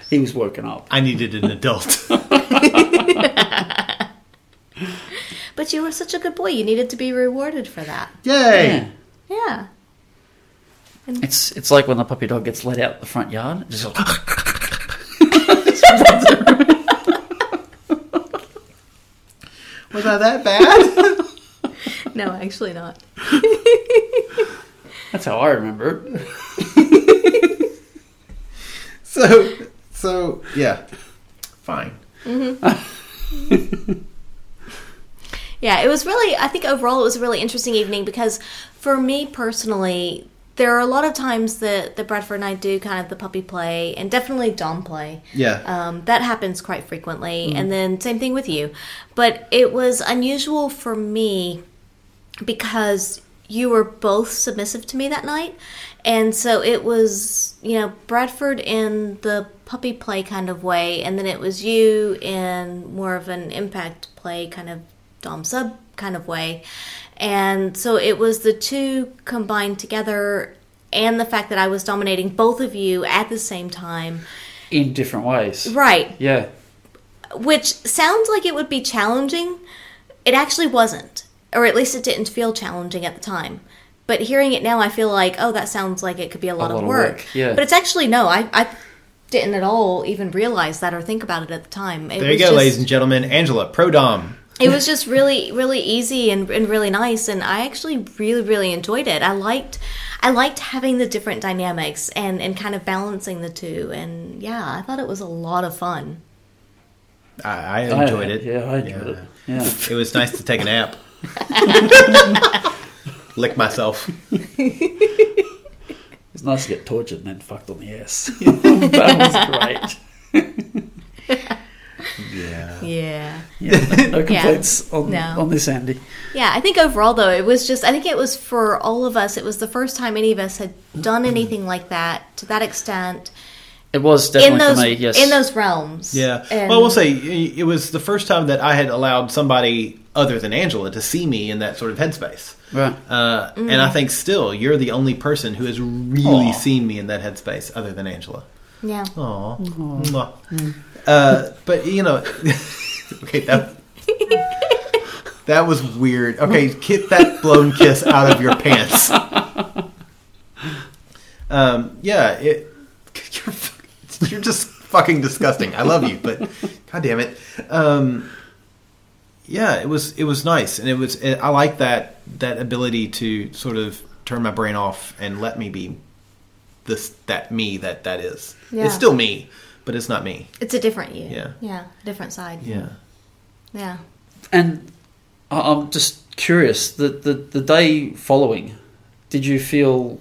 H: He was woken up.
G: I needed an adult.
C: but you were such a good boy you needed to be rewarded for that
H: Yay!
C: yeah
H: It's it's like when the puppy dog gets let out the front yard. It just goes
G: Was I that bad?
C: no actually not
H: That's how I remember it.
G: so, so yeah, fine.
C: hmm yeah, it was really, I think overall it was a really interesting evening because for me personally, there are a lot of times that, that Bradford and I do kind of the puppy play and definitely Dom play.
K: Yeah.
G: Uh,
C: Um, that happens quite frequently.
K: Mhm.
C: And then same thing with you. But it was unusual for me because you were both submissive to me that night. And so it was, you know, Bradford in the puppy play kind of way, and then it was you in more of an impact play kind of Dom sub kind of way. And so it was the two combined together and the fact that I was dominating both of you at the same time.
H: in different ways.
C: Right.
H: Yeah.
C: Which sounds like it would be challenging. It actually wasn't, or at least it didn't feel challenging at the time. But hearing it now, I feel like, oh, that sounds like it could be a lot, of, work.
K: yeah.
C: But it's actually, no, I, I didn't at all even realize that or think about it at the time. It
G: there you
C: was
G: go,
C: just-
G: ladies and gentlemen. Angela, pro dom.
C: it was just really really easy and, and really nice and i actually really really enjoyed it i liked i liked having the different dynamics and and kind of balancing the two and yeah i thought it was a lot of fun
G: I, I
H: I-
G: enjoyed it.
H: Oh, yeah, I enjoyed it. Yeah.
G: It was nice to take a nap. Lick myself.
H: It's nice to get tortured and then fucked on the ass. that was great.
G: yeah.
C: yeah
H: Yeah. No
C: Yeah.
H: complaints On,
C: No.
H: on this, Andy.
C: yeah i think overall though it was just i think it was for all of us it was the first time any of us had done
G: Mm-hmm.
C: anything like that to that extent
H: It was
C: in
H: definitely
C: those
H: for me. Yes.
C: in those realms
G: Yeah.
C: And-
G: well, I will say i- it was the first time that I had allowed somebody other than Angela to see me in that sort of headspace.
H: Right.
G: Uh,
H: Mm.
G: And I think still you're the only person who has really
H: Aw.
G: seen me in that headspace other than Angela.
C: yeah
G: Aw. Mwah. Uh, but you know, okay, that that was weird. Okay, get that blown kiss out of your pants. Um, yeah, it, you're fuck- you're just fucking disgusting. I love you, but god damn it. Um, yeah, it was it was nice, and it was it, I like that that ability to sort of turn my brain off and let me be this that me that that is.
C: Yeah.
G: It's still me, but it's not me.
C: it's a different you
G: Yeah.
C: yeah different side
G: Yeah.
C: yeah
H: And I- I'm just curious. The, the the day following, did you feel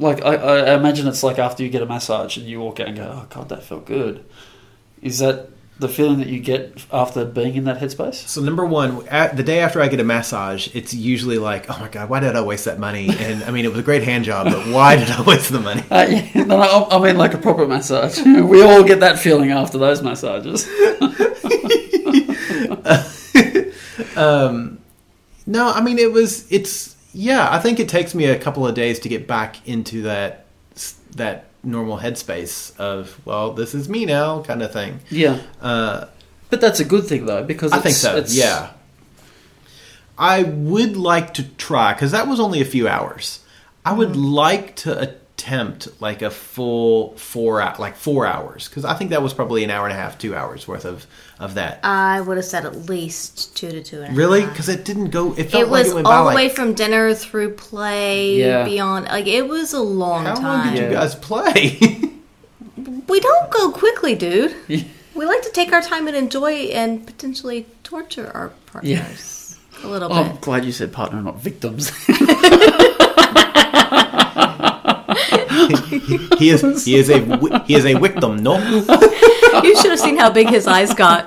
H: like I, I imagine it's like after you get a massage and you walk out and go, "Oh God, that felt good." Is that the feeling that you get after being in that headspace?
G: So number one, at, the day after I get a massage, it's usually like, oh my god, why did I waste that money? And I mean, it was a great hand job, but why did I waste the money?
H: Uh, yeah, no, no, I- I mean like a proper massage. We all get that feeling after those massages.
G: um, no, I mean it was. It's yeah. I think it takes me a couple of days to get back into that that normal headspace of well, this is me now kind of thing.
H: Yeah.
G: Uh,
H: but that's a good thing though because
G: I think
H: it's-
G: so.
H: it's-
G: yeah. I would like to try because that was only a few hours. I would
C: Hmm.
G: like to attempt like a full four hou- like four hours because I think that was probably an hour and a half, two hours worth of of that.
C: i would have said at least two to two and a half.
G: Really? Because it didn't go. It felt
C: It was
G: like it went
C: all
G: by,
C: the way
G: like,
C: from dinner through play
G: Yeah.
C: beyond. Like it was a long
G: How
C: time.
G: long did you guys play?
C: We don't go quickly, dude.
H: Yeah.
C: We like to take our time and enjoy and potentially torture our partners a little
H: Oh,
C: bit.
H: I'm glad you said partner, not victims.
G: he is he is a wi- he is a victim. No,
C: you should have seen how big his eyes got,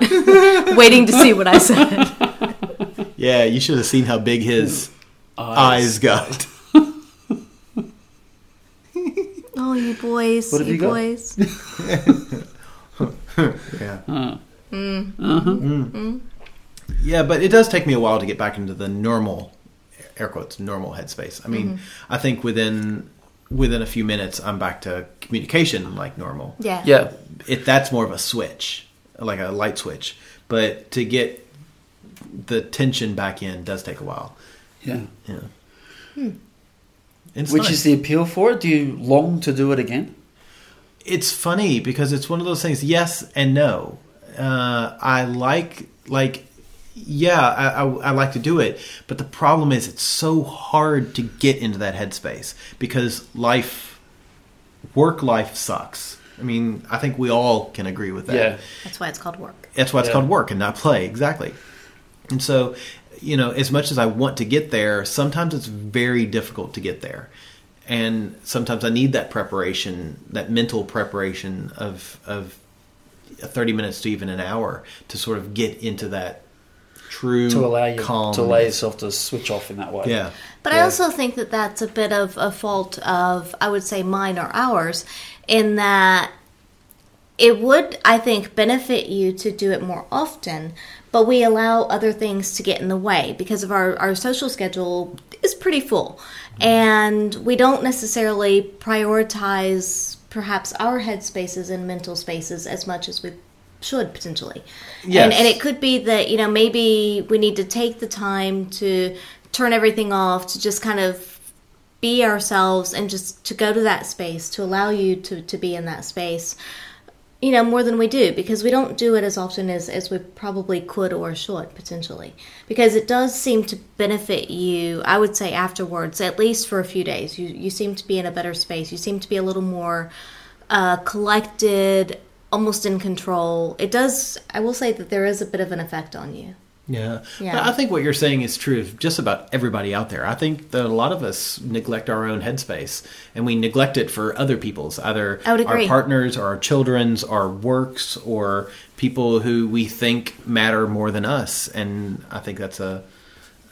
C: waiting to see what I said.
G: Yeah, you should have seen how big his eyes, got.
C: Oh, you boys.
G: What have
C: you,
G: you got?
C: boys.
G: yeah.
C: Mm.
H: Uh-huh.
G: Mm. Yeah, but it does take me a while to get back into the normal, air quotes, normal headspace. I mean,
C: Mhm.
G: I think within within a few minutes, I'm back to communication like normal.
C: Yeah. Yeah.
G: It that's more of a switch, like a light switch. But to get the tension back in does take a while.
H: Yeah.
G: Yeah.
H: Hmm.
G: It's
H: Which
G: nice.
H: is the appeal for it? Do you long to do it again?
G: It's funny because it's one of those things. Yes and no. Uh, I like like yeah, I, I, I like to do it, but the problem is it's so hard to get into that headspace because life, work life sucks. I mean, I think we all can agree with that.
C: That's why it's called work.
G: That's why it's
C: Yeah.
G: called work and not play, exactly. And so, you know, as much as I want to get there, sometimes it's very difficult to get there. And sometimes I need that preparation, that mental preparation of of 30 minutes to even an hour to sort of get into that true
H: To allow you
G: calm.
H: to allow yourself to switch off in that way.
G: Yeah.
C: But I also think that that's a bit of a fault of, I would say, mine or ours, in that it would, I think, benefit you to do it more often, but we allow other things to get in the way because of our, our social schedule is pretty full.
G: Mm-hmm.
C: And we don't necessarily prioritize perhaps our head spaces and mental spaces as much as we should potentially. And,
K: Yes.
C: and it could be that, you know, maybe we need to take the time to turn everything off, to just kind of be ourselves and just to go to that space, to allow you to, to be in that space, you know, more than we do because we don't do it as often as, as we probably could or should potentially. Because it does seem to benefit you, I would say, afterwards, at least for a few days. You, you seem to be in a better space, you seem to be a little more uh, collected. Almost in control. It does. I will say that there is a bit of an effect on you.
G: Yeah.
C: Yeah.
G: But I think what you're saying is true of just about everybody out there. I think that a lot of us neglect our own headspace and we neglect it for other people's, either
C: I would agree.
G: our partners or our children's, our works, or people who we think matter more than us. And I think that's a,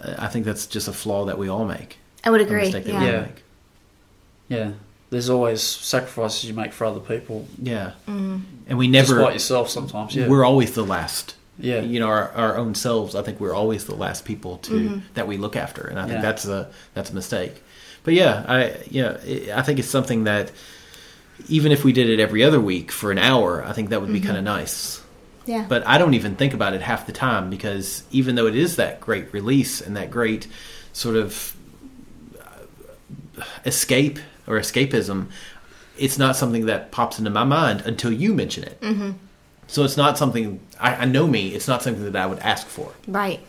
G: I think that's just a flaw that we all make.
C: I would
G: A
C: agree,
G: mistake that we
C: yeah.
G: all make.
H: Yeah. There's always sacrifices you make for other people.
G: Yeah.
C: Mm-hmm.
H: Mhm.
G: And we never
H: Despite yourself sometimes, yeah.
G: We're always the last.
H: Yeah.
G: You know, our, our own selves, I think we're always the last people to
H: Mhm.
G: that we look after. And I think
H: Yeah.
G: that's a that's a mistake. But yeah, I yeah, it- I think it's something that even if we did it every other week for an hour, I think that would be
C: Mhm.
G: kind of nice.
C: Yeah.
G: But I don't even think about it half the time because even though it is that great release and that great sort of uh, escape or escapism, it's not something that pops into my mind until you mention it.
C: Mm-hmm.
G: So it's not something I, I know me. It's not something that I would ask for
C: Right.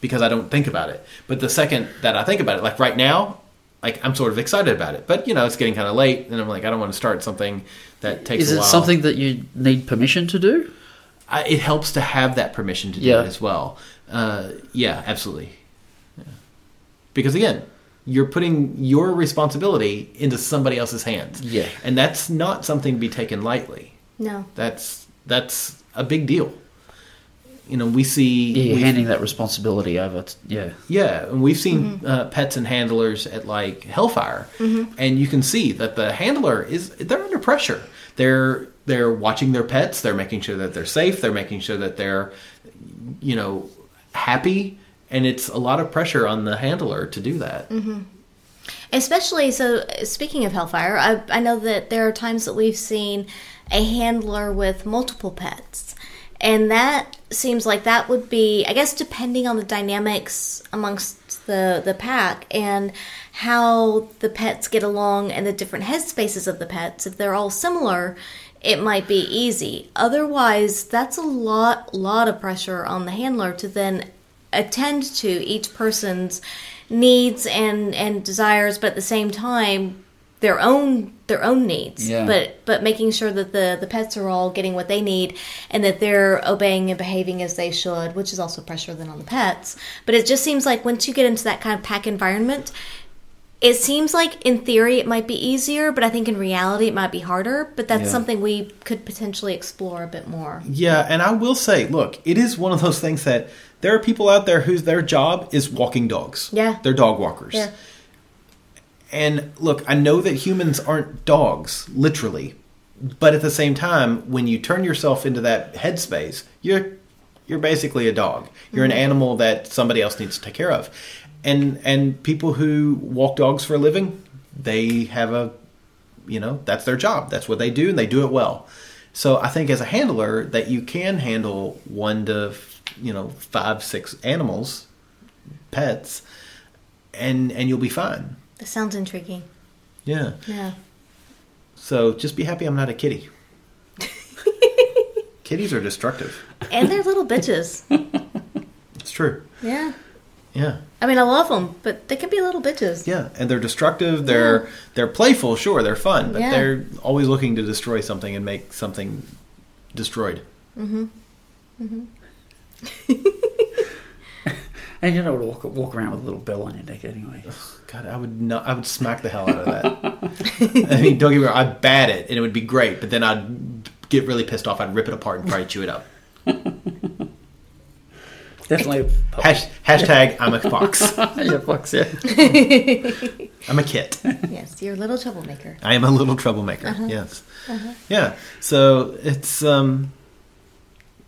G: because I don't think about it. But the second that I think about it, like right now, like I'm sort of excited about it. But you know, it's getting kind of late, and I'm like, I don't want to start something that takes.
H: Is
G: a
H: it
G: while.
H: something that you need permission to do?
G: I, it helps to have that permission to do
H: Yeah.
G: it as well. Uh, yeah, absolutely. Yeah. Because again, you're putting your responsibility into somebody else's hands.
H: Yeah.
G: and that's not something to be taken lightly.
C: No.
G: That's that's a big deal. You know, we see
H: Yeah, you're
G: we've-
H: handing that responsibility over. To, yeah.
G: yeah, and we've seen
C: Mm-hmm.
G: uh, pets and handlers at like Hellfire,
H: Mhm.
G: and you can see that the handler is they're under pressure. They're they're watching their pets. They're making sure that they're safe. They're making sure that they're you know happy, and it's a lot of pressure on the handler to do that.
C: hmm Especially so. Speaking of Hellfire, I, I know that there are times that we've seen a handler with multiple pets, and that seems like that would be, I guess, depending on the dynamics amongst the the pack and how the pets get along and the different headspaces of the pets. If they're all similar, it might be easy. Otherwise, that's a lot lot of pressure on the handler to then attend to each person's needs and and desires but at the same time their own their own needs
K: Yeah.
C: but but making sure that the the pets are all getting what they need and that they're obeying and behaving as they should which is also pressure then on the pets but it just seems like once you get into that kind of pack environment it seems like in theory it might be easier but i think in reality it might be harder but that's
G: Yeah.
C: something we could potentially explore a bit more
G: Yeah, and I will say, look, it is one of those things that There are people out there whose their job is walking dogs.
C: Yeah.
G: They're dog walkers.
C: Yeah.
G: And look, I know that humans aren't dogs, literally. But at the same time, when you turn yourself into that headspace, you're you're basically a dog. You're
K: Mhm.
G: an animal that somebody else needs to take care of. And and people who walk dogs for a living, they have a you know, that's their job. That's what they do and they do it well. So I think as a handler that you can handle one to you know, five, six animals, pets, and and you'll be fine.
C: That sounds intriguing.
G: Yeah.
C: Yeah.
G: So just be happy I'm not a kitty. Kitties are destructive.
C: And they're little bitches.
G: It's true.
C: Yeah.
G: Yeah.
C: I mean, I love them, but they can be little bitches.
G: Yeah. And they're destructive. They're they're playful, sure, they're fun, but
C: Yeah.
G: they're always looking to destroy something and make something destroyed.
C: Mm-hmm. Mm-hmm.
H: And you don't walk, walk around with a little bell on your neck anyway.
G: God, I would not I would smack the hell out of that. I mean, don't get me wrong, I'd bat it and it would be great, but then I'd get really pissed off, I'd rip it apart and probably chew it up.
H: Definitely.
G: Hash, hashtag I'm a fox.
H: yeah, fox, yeah.
G: I'm a kit.
C: yes, you're a little troublemaker.
G: I am a little troublemaker.
C: Uh-huh.
G: Yes.
C: Uh-huh.
G: Yeah. So it's um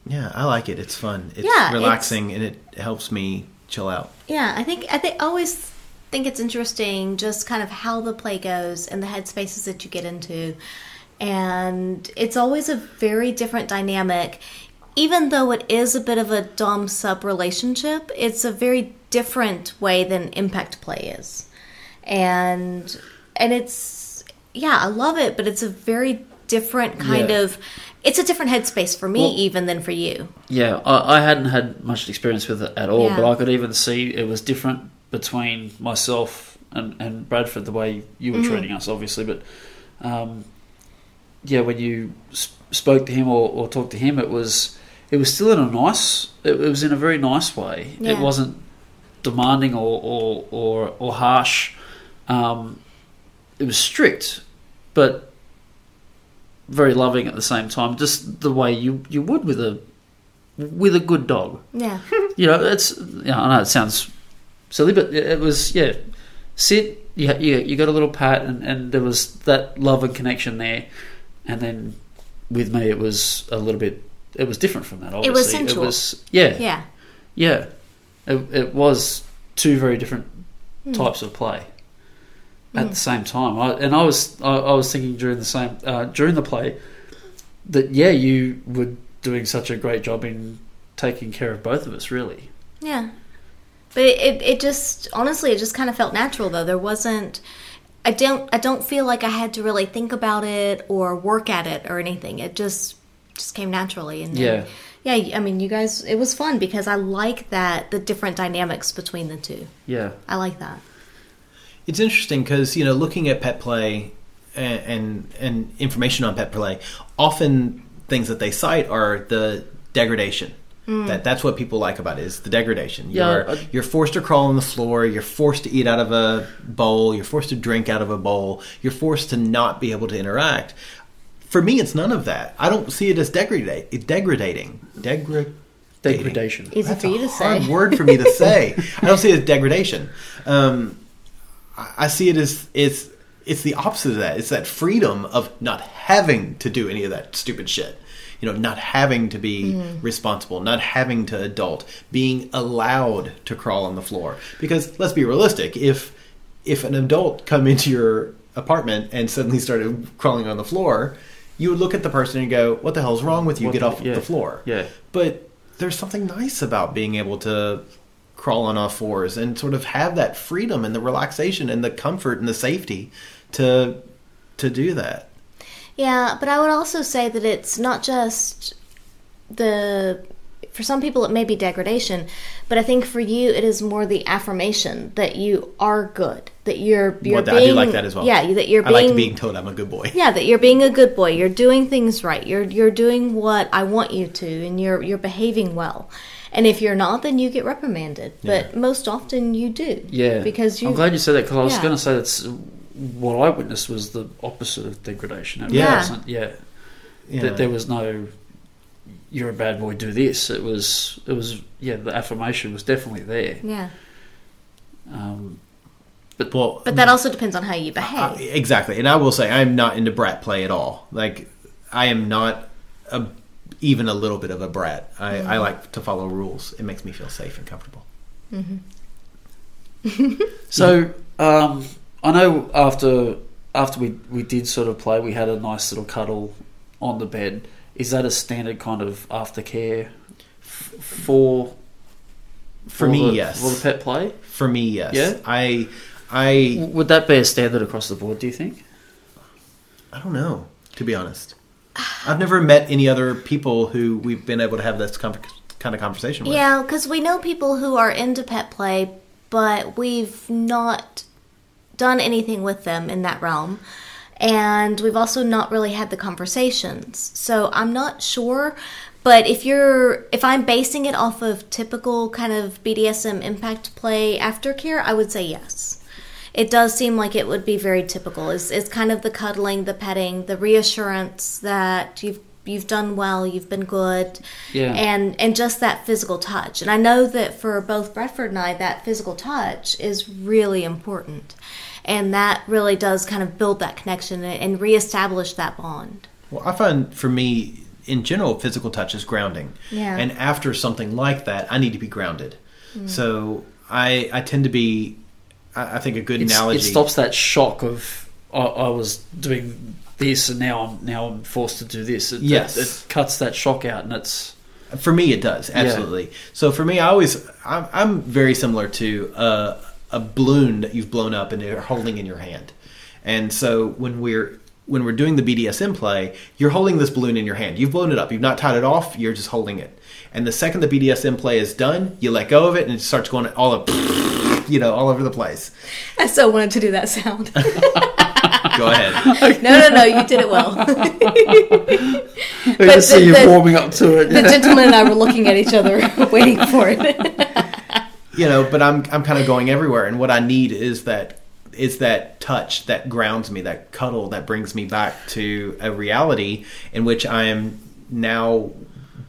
G: yeah, I like it. It's fun. It's
C: Yeah, it's-
G: relaxing and it helps me chill out.
C: Yeah, I think I think I always think it's interesting just kind of how the play goes and the headspaces that you get into. And it's always a very different dynamic. Even though it is a bit of a dom sub relationship, it's a very different way than impact play is. And and it's yeah, I love it, but it's a very different kind
H: Yeah.
C: of it's a different headspace for me
H: Well-
C: even than for you.
H: Yeah, I, I hadn't had much experience with it at all,
C: Yeah.
H: but I could even see it was different between myself and, and Bradford the way you were
K: Mhm.
H: treating us, obviously. But um, yeah, when you sp- spoke to him or, or talked to him, it was it was still in a nice, it, it was in a very nice way. It
K: Yeah.
H: wasn't demanding or or or, or harsh. Um, it was strict, but very loving at the same time. Just the way you, you would with a with a good dog.
C: Yeah.
H: You know, it's yeah. I know it sounds silly, but it it was yeah. Sit, you you, you got a little pat, and, and there was that love and connection there. And then with me, it was a little bit. It was different from that. Obviously,
C: It was sensual.
H: was- yeah,
C: Yeah.
H: yeah. It, it was two very different
C: Hmm.
H: types of play at
K: Hmm.
H: the same time. I, and I was I, I was thinking during the same uh, during the play that yeah, you were doing such a great job in taking care of both of us, really.
C: Yeah. But it, it, it just honestly it just kind of felt natural though. There wasn't I don't I don't feel like I had to really think about it or work at it or anything. It just just came naturally and
H: Yeah.
C: yeah, I mean you guys it was fun because I like that the different dynamics between the two.
H: Yeah.
C: I like that.
G: It's interesting because you know, looking at pet play and, and and information on pet play, often things that they cite are the degradation.
K: Mm.
G: That that's what people like about it is the degradation.
K: Yeah,
G: You're
K: I-
G: you're forced to crawl on the floor. You're forced to eat out of a bowl. You're forced to drink out of a bowl. You're forced to not be able to interact. For me, it's none of that. I don't see it as degrade, degrading. Degra-
H: Degradation.
C: Easy for you to
G: hard
C: say.
G: word for me to say. I don't see it as degradation. Um, I I see it as it's it's the opposite of that. It's that freedom of not having to do any of that stupid shit. You know, not having to be
K: Mm.
G: responsible, not having to adult, being allowed to crawl on the floor. Because let's be realistic, if if an adult come into your apartment and suddenly started crawling on the floor, you would look at the person and go, "What the hell's wrong with you?
H: What
G: Get
H: the-
G: off
H: yeah.
G: the floor."
H: Yeah.
G: But there's something nice about being able to crawl on all fours and sort of have that freedom and the relaxation and the comfort and the safety to to do that.
C: Yeah, but I would also say that it's not just the. For some people, it may be degradation, but I think for you, it is more the affirmation that you are good, that you're you're being.
G: Well, I do like that as well.
C: Yeah, you- that you're
G: I like
C: being.
G: being told I'm a good boy.
C: yeah, that you're being a good boy. You're doing things right. You're you're doing what I want you to, and you're you're behaving well. And if you're not, then you get reprimanded. But most often, you do.
H: Yeah,
C: because you.
H: I'm glad you said that because I was
C: Yeah.
H: going to say that's what I witnessed was the opposite of degradation. It
G: Yeah.
H: wasn't, yeah.
G: Yeah.
H: That there was no you're a bad boy, do this. It was it was yeah, the affirmation was definitely there.
C: Yeah.
H: Um, but
G: well,
C: But that also depends on how you behave.
G: I- exactly. And I will say, I'm not into brat play at all. Like, I am not a, even a little bit of a brat. I, I
C: Mm.
G: like to follow rules. It makes me feel safe and comfortable.
C: mm-hmm.
H: So um, I know after after we we did sort of play, we had a nice little cuddle on the bed. Is that a standard kind of aftercare f- for
G: For me,
H: the-
G: yes.
H: for the pet play?
G: For me, yes.
H: Yeah?
G: I, I,
H: Would that be a standard across the board? Do you think?
G: I don't know. To be honest, I've never met any other people who we've been able to have this con- kind of conversation with.
C: Yeah, because we know people who are into pet play, but we've not done anything with them in that realm. And we've also not really had the conversations. So I'm not sure. But if you're, if I'm basing it off of typical kind of BDSM impact play aftercare, I would say yes. It does seem like it would be very typical. It's, it's kind of the cuddling, the petting, the reassurance that you've you've done well, you've been good,
H: Yeah.
C: and and just that physical touch. And I know that for both Bradford and I, that physical touch is really important, and that really does kind of build that connection and, and reestablish that bond.
G: Well, I find for me, in general, physical touch is grounding.
C: Yeah. Mm.
G: And after something like that, I need to be grounded. So I I tend to be. I I think a good
H: It's-
G: analogy.
H: It stops that shock of I, I was doing this and now I'm now I'm forced to do this. It,
G: Yes.
H: it, it cuts that shock out, and it's
G: For me, it does absolutely. So for me, I always I'm, I'm very similar to a, a balloon that you've blown up and you're holding in your hand. And so when we're when we're doing the BDSM play, you're holding this balloon in your hand. You've blown it up. You've not tied it off. You're just holding it. And the second the BDSM play is done, you let go of it and it starts going all up, you know, all over the place.
C: I so wanted to do that sound.
G: Go ahead.
C: no, no, no, you did it well.
H: I
C: But
H: can see
C: the-
H: you
C: the-
H: warming up to it.
C: The gentleman and I were looking at each other, waiting for it.
G: you know but i'm i'm kind of going everywhere and what i need is that is that touch that grounds me that cuddle that brings me back to a reality in which i am now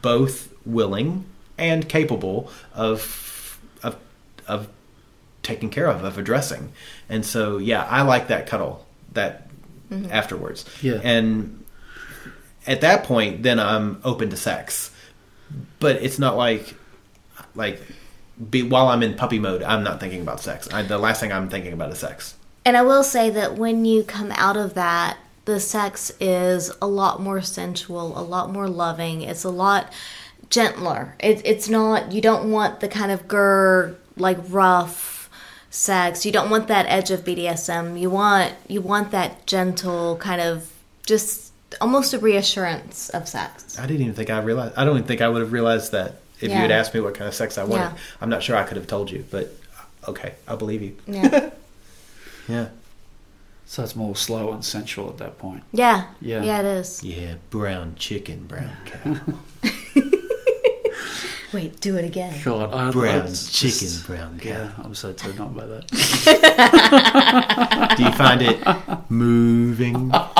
G: both willing and capable of of of taking care of of addressing and so yeah i like that cuddle that afterwards
H: Yeah.
G: and at that point then i'm open to sex but it's not like like be, while I'm in puppy mode, I'm not thinking about sex. I, the last thing I'm thinking about is sex.
C: And I will say that when you come out of that, the sex is a lot more sensual, a lot more loving. It's a lot gentler. It, it's not, you don't want the kind of grr, like rough sex. You don't want that edge of BDSM. You want, you want that gentle kind of just almost a reassurance of sex.
G: I didn't even think I realized. I don't even think I would have realized that if you
C: Yeah.
G: had asked me what kind of sex I wanted.
C: Yeah.
G: I'm not sure I could have told you, but uh, okay, I believe you.
C: Yeah.
G: Yeah.
H: So it's more slow and sensual at that point.
C: Yeah.
H: Yeah.
C: Yeah, it is.
G: Yeah, brown chicken, brown cow,
C: Wait, do it again.
H: God, I
G: brown
H: I just-
G: chicken, brown cow.
H: Yeah, I'm so turned on by that.
G: Do you find it moving? Oh.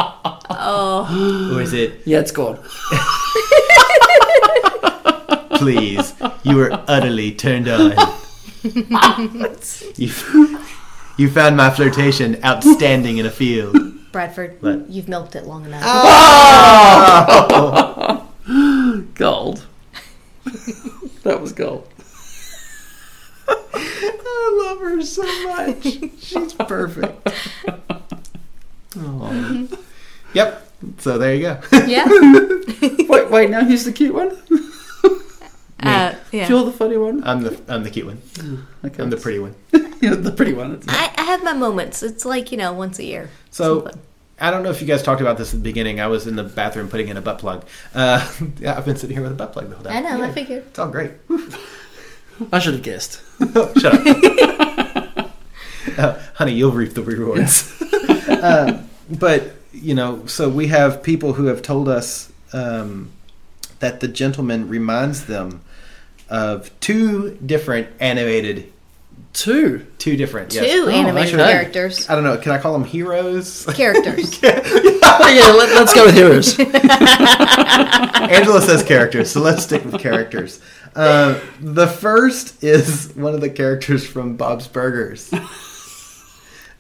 C: Oh.
G: Or is it?
H: Yeah, it's gone.
G: Please, you were utterly turned on. you, you found my flirtation outstanding in a field.
C: Bradford,
G: What?
C: you've milked it long enough.
H: Gold. that was gold.
G: I love her so much. She's perfect. Aw. Yep. So there you go.
C: Yeah.
H: Wait, wait. Now who's the cute one?
C: Uh, yeah.
H: You're the funny one.
G: I'm the I'm the cute one.
H: Okay,
G: I'm the pretty one.
H: You're the pretty one.
C: I, I have my moments. It's like, you know, once a year.
G: So I don't know if you guys talked about this at the beginning. I was in the bathroom putting in a butt plug. Uh, yeah, I've been sitting here with a butt plug the whole time.
C: I know, I figured.
G: It's all great.
H: I should have guessed.
G: Shut up. Uh, honey, you'll reap the rewards. Uh, but, you know, so we have people who have told us um, that the gentleman reminds them of two different animated
H: Two.
G: Two different.
C: Two
G: yes.
C: animated
G: okay.
C: characters.
G: I don't know. Can I call them heroes?
C: Characters.
H: yeah, let, us go with heroes.
G: Angela says characters, so let's stick with characters. Uh, the first is one of the characters from Bob's Burgers.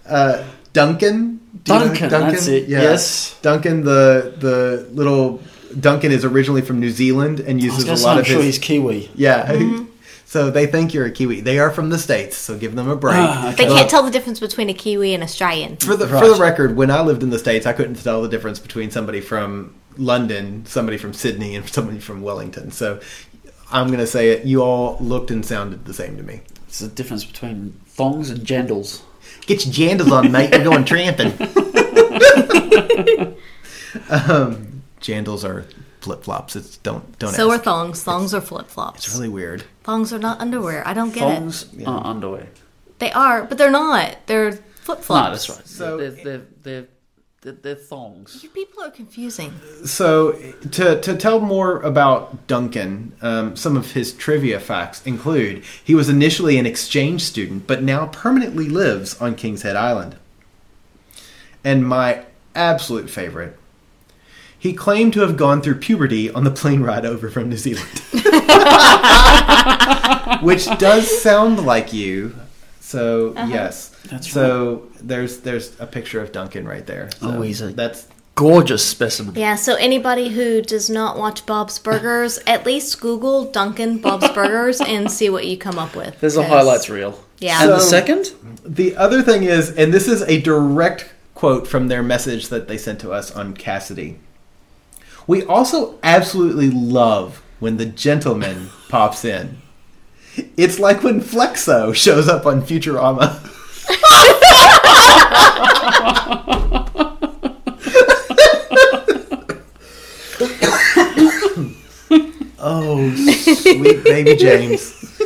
G: Uh, Duncan. Do you know
H: Duncan, that's it, yes.
G: Duncan, the the little Duncan is originally from New Zealand and uses a lot
H: I'm
G: of
H: sure
G: his.
H: he's Kiwi.
G: yeah. So they think you're a Kiwi. They are from the states, so give them a break.
H: Ah,
C: They can't tell the difference between a Kiwi and Australian.
G: For the for the record, when I lived in the states, I couldn't tell the difference between somebody from London, somebody from Sydney, and somebody from Wellington. So I'm going to say it. You all looked and sounded the same to me.
H: It's the difference between thongs and jandals.
G: Get your jandals on, mate. We're going tramping. um, jandals are flip flops. It's don't don't.
C: So are
G: ask.
C: thongs. Thongs are flip flops.
G: It's really weird.
C: thongs are not underwear. I don't get
H: Thongs are underwear.
C: it. They are, but they're not. They're flip flops.
H: No, that's right.
G: So-
H: they're, they're, they're, they're, they're thongs.
C: You people are confusing.
G: So, to, to tell more about Duncan, um, some of his trivia facts include he was initially an exchange student, but now permanently lives on King's Head Island. And my absolute favorite, he claimed to have gone through puberty on the plane ride over from New Zealand, which does sound like you. So yes, so there's there's a picture of Duncan right there. So
H: Oh, he's a-
G: that's
H: Gorgeous specimen.
C: Yeah, so anybody who does not watch Bob's Burgers, at least Google Duncan Bob's Burgers and see what you come up with.
H: There's a
C: 'cause-
H: highlights reel.
C: Yeah.
H: And the
G: So-
H: second?
G: The other thing is, and this is a direct quote from their message that they sent to us on Cassidy. We also absolutely love when the gentleman pops in. It's like when Flexo shows up on Futurama. oh, sweet baby James.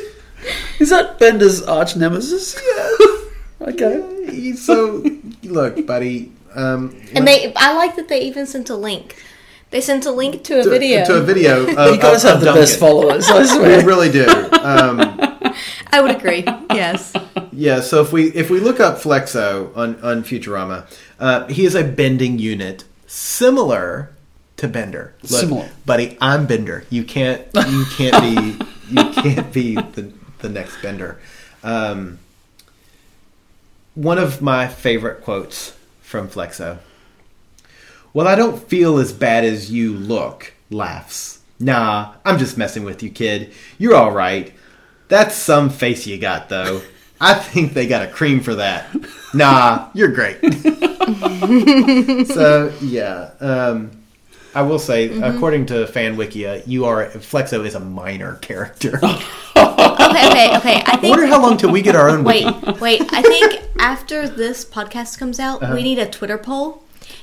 H: Is that Bender's arch nemesis? Yeah. okay.
G: So, look, buddy. Um,
C: And they, I like that they even sent a link. They sent a link to a
G: to-
C: video.
G: To a video. Of,
H: You guys
G: of-
H: have
G: of
H: the
G: Duncan.
H: best followers, I
G: We
H: swear.
G: really do. Um,
C: I would agree. Yes.
G: yeah. So if we if we look up Flexo on on Futurama, uh, he is a bending unit similar to Bender. Look,
H: Similar.
G: buddy. I'm Bender. You can't you can't be you can't be the the next Bender. Um, one of my favorite quotes from Flexo. Well, I don't feel as bad as you look, laughs. Nah, I'm just messing with you, kid. You're all right. That's some face you got, though. I think they got a cream for that. Nah, you're great. so, yeah. Um, I will say, according to FanWikia, you are Flexo is a minor character.
C: Okay, okay, okay. I think.
G: wonder how long till we get our own
C: Wait,
G: wiki.
C: wait. I think after this podcast comes out,
G: Uh-huh.
C: we need a Twitter poll.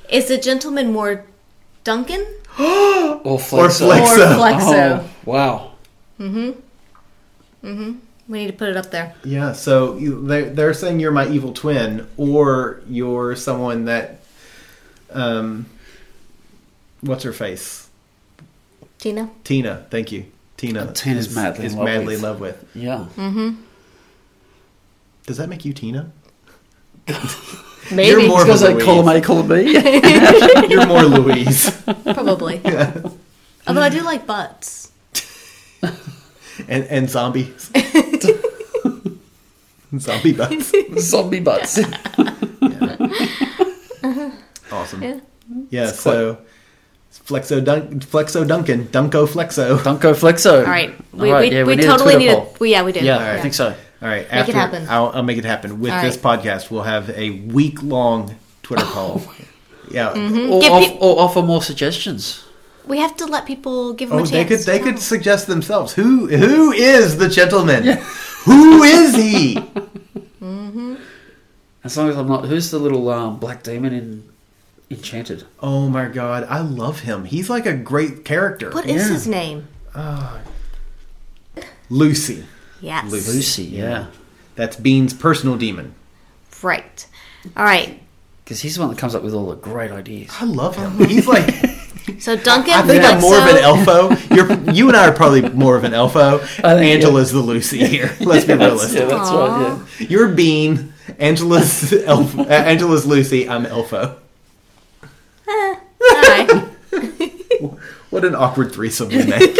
C: Is the gentleman more Duncan
H: Or
G: Or
H: Flexo.
C: or
G: Flexo.
C: Flexo?
H: Oh, wow.
C: We need to put it up there.
G: Yeah, so you, they're, they're saying you're my evil twin, or you're someone that, um, what's her face?
C: Tina?
G: Tina. Thank you, Tina.
H: Uh, Tina's
G: is,
H: madly in
G: is
H: love
G: madly
H: with.
G: in love with.
H: Yeah.
G: Does that make you Tina?
C: Maybe.
G: You're more
H: Because
G: of a
H: I call him
G: Louise.
H: A, call him B.
G: You're more Louise,
C: Probably. Although I do like butts.
G: and and zombies, zombie butts.
H: Zombie butts.
G: Awesome. Yeah. so. Flexo Dun- Flexo Duncan Dunko Flexo.
H: Dunko Flexo.
C: All right. We,
H: All right,
C: we,
H: yeah,
C: we,
H: need a
C: totally
H: Twitter
C: need a.
H: poll.
C: We, yeah, we do.
H: Yeah,
G: right.
H: I think so.
G: All right,
C: Make it happen.
G: I'll, I'll make it happen with
C: All
G: this
C: right. Oh
G: podcast. We'll have a week long Twitter poll. yeah,
H: Or,
C: Mm, Give
H: off,
C: peop-
H: or offer more suggestions.
C: We have to let people give them
G: Oh,
C: a chance.
G: they could they could suggest themselves. Who who is the gentleman? Who is he?
H: As long as I'm not. Who's the little um, black demon in Enchanted?
G: Oh my god, I love him. He's like a great character.
C: What is his name?
G: Lucy.
C: Yes.
H: Lucy, yeah.
G: That's Bean's personal demon.
C: Right. All right.
H: Because he's the one that comes up with all the great ideas.
G: I love him. He's like
C: So Duncan,
G: I think
C: like,
G: I'm more of
C: Oh so-
G: an elfo. You're, you and I are probably more of an elfo. Angela's the Lucy here. Let's be
H: Yeah, that's-
G: realistic.
H: yeah, that's right,
G: Yeah. You're Bean. Angela's elf. uh, Angela's Lucy. I'm elfo. what an awkward threesome we make.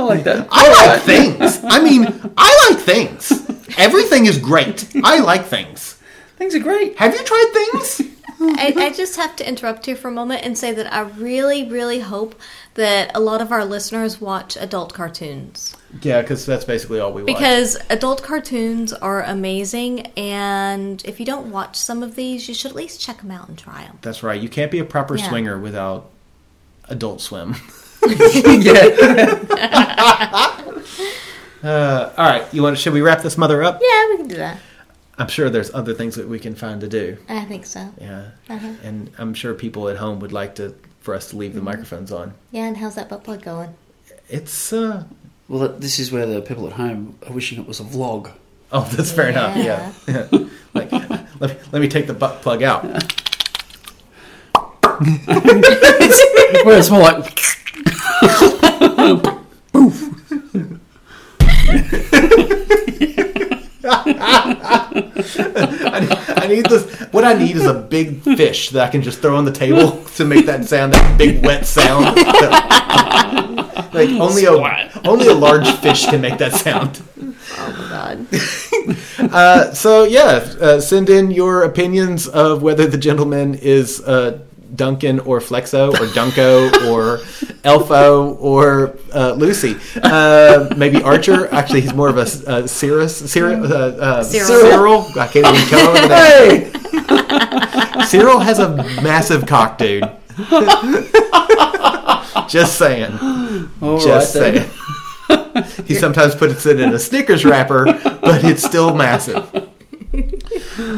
H: I like that.
G: I like things. I mean, I like things. Everything is great. I like things.
H: Things are great.
G: Have you tried things?
C: I, I just have to interrupt here for a moment and say that I really, really hope that a lot of our listeners watch adult cartoons
G: Yeah, because that's basically all we watch.
C: because adult cartoons are amazing. And if you don't watch some of these, you should at least check them out and try them.
G: That's right. You can't be a proper
C: Yeah.
G: swinger without Adult Swim.
H: yeah.
G: Uh, all right, you want? Should we wrap this mother up?
C: Yeah, we can do that.
G: I'm sure there's other things that we can find to do.
C: I think so.
G: Yeah,
C: Uh-huh.
G: and I'm sure people at home would like to for us to leave the microphones on.
C: Yeah, and how's that butt plug going?
G: It's uh
H: Well, this is where the people at home are wishing it was a vlog.
G: oh, that's fair enough. Yeah, yeah. like let me, let me take the butt plug out.
H: Where it's more like,
G: I need this. What I need is a big fish that I can just throw on the table to make that sound, that big wet sound. like only a only a large fish can make that sound.
C: God.
G: Uh, so yeah, uh, send in your opinions of whether the gentleman is uh, Duncan or Flexo or Dunko or Elfo or uh, Lucy. Uh, maybe Archer. Actually, he's more of a uh, Cirrus. Cyril. Uh, uh,
C: Cyril.
G: Cyril. I can't even come up with that. Cyril has a massive cock, dude. Just saying.
H: all
G: Just
H: right then.
G: saying. he sometimes puts it in a Snickers wrapper, but it's still massive.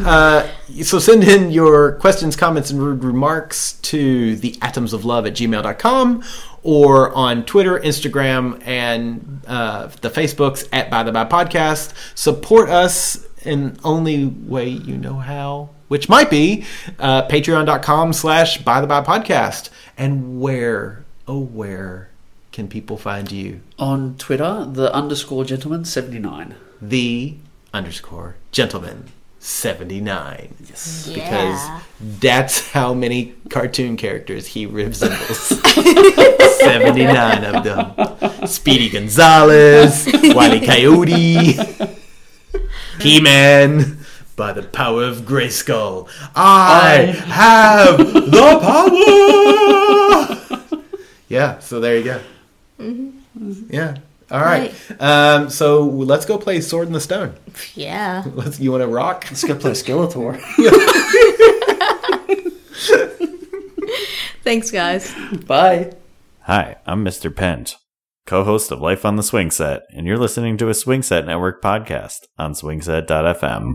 G: Uh, so send in your questions, comments, and rude remarks to the atoms of love at gmail.com or on Twitter, Instagram, and uh, the Facebooks at By the By Podcast. Support us in only way you know how, which might be uh, patreon.com slash By the By Podcast. And where, oh, where can people find you?
H: On Twitter, the underscore gentleman seventy nine.
G: the underscore gentleman 79 yes because
C: Yeah.
G: that's how many cartoon characters he resembles 79 of them speedy gonzalez wile E. coyote he-man by the power of grayskull i have the power yeah so there you go yeah all right, Um, so let's go play sword in the stone
C: Yeah.
G: Let's, you want to rock?
H: Let's go play Skeletor.
C: Thanks, guys.
H: Bye.
K: Hi, I'm Mr. Pent, co host of Life on the Swing Set, and you're listening to a Swing Set Network podcast on swingset.fm.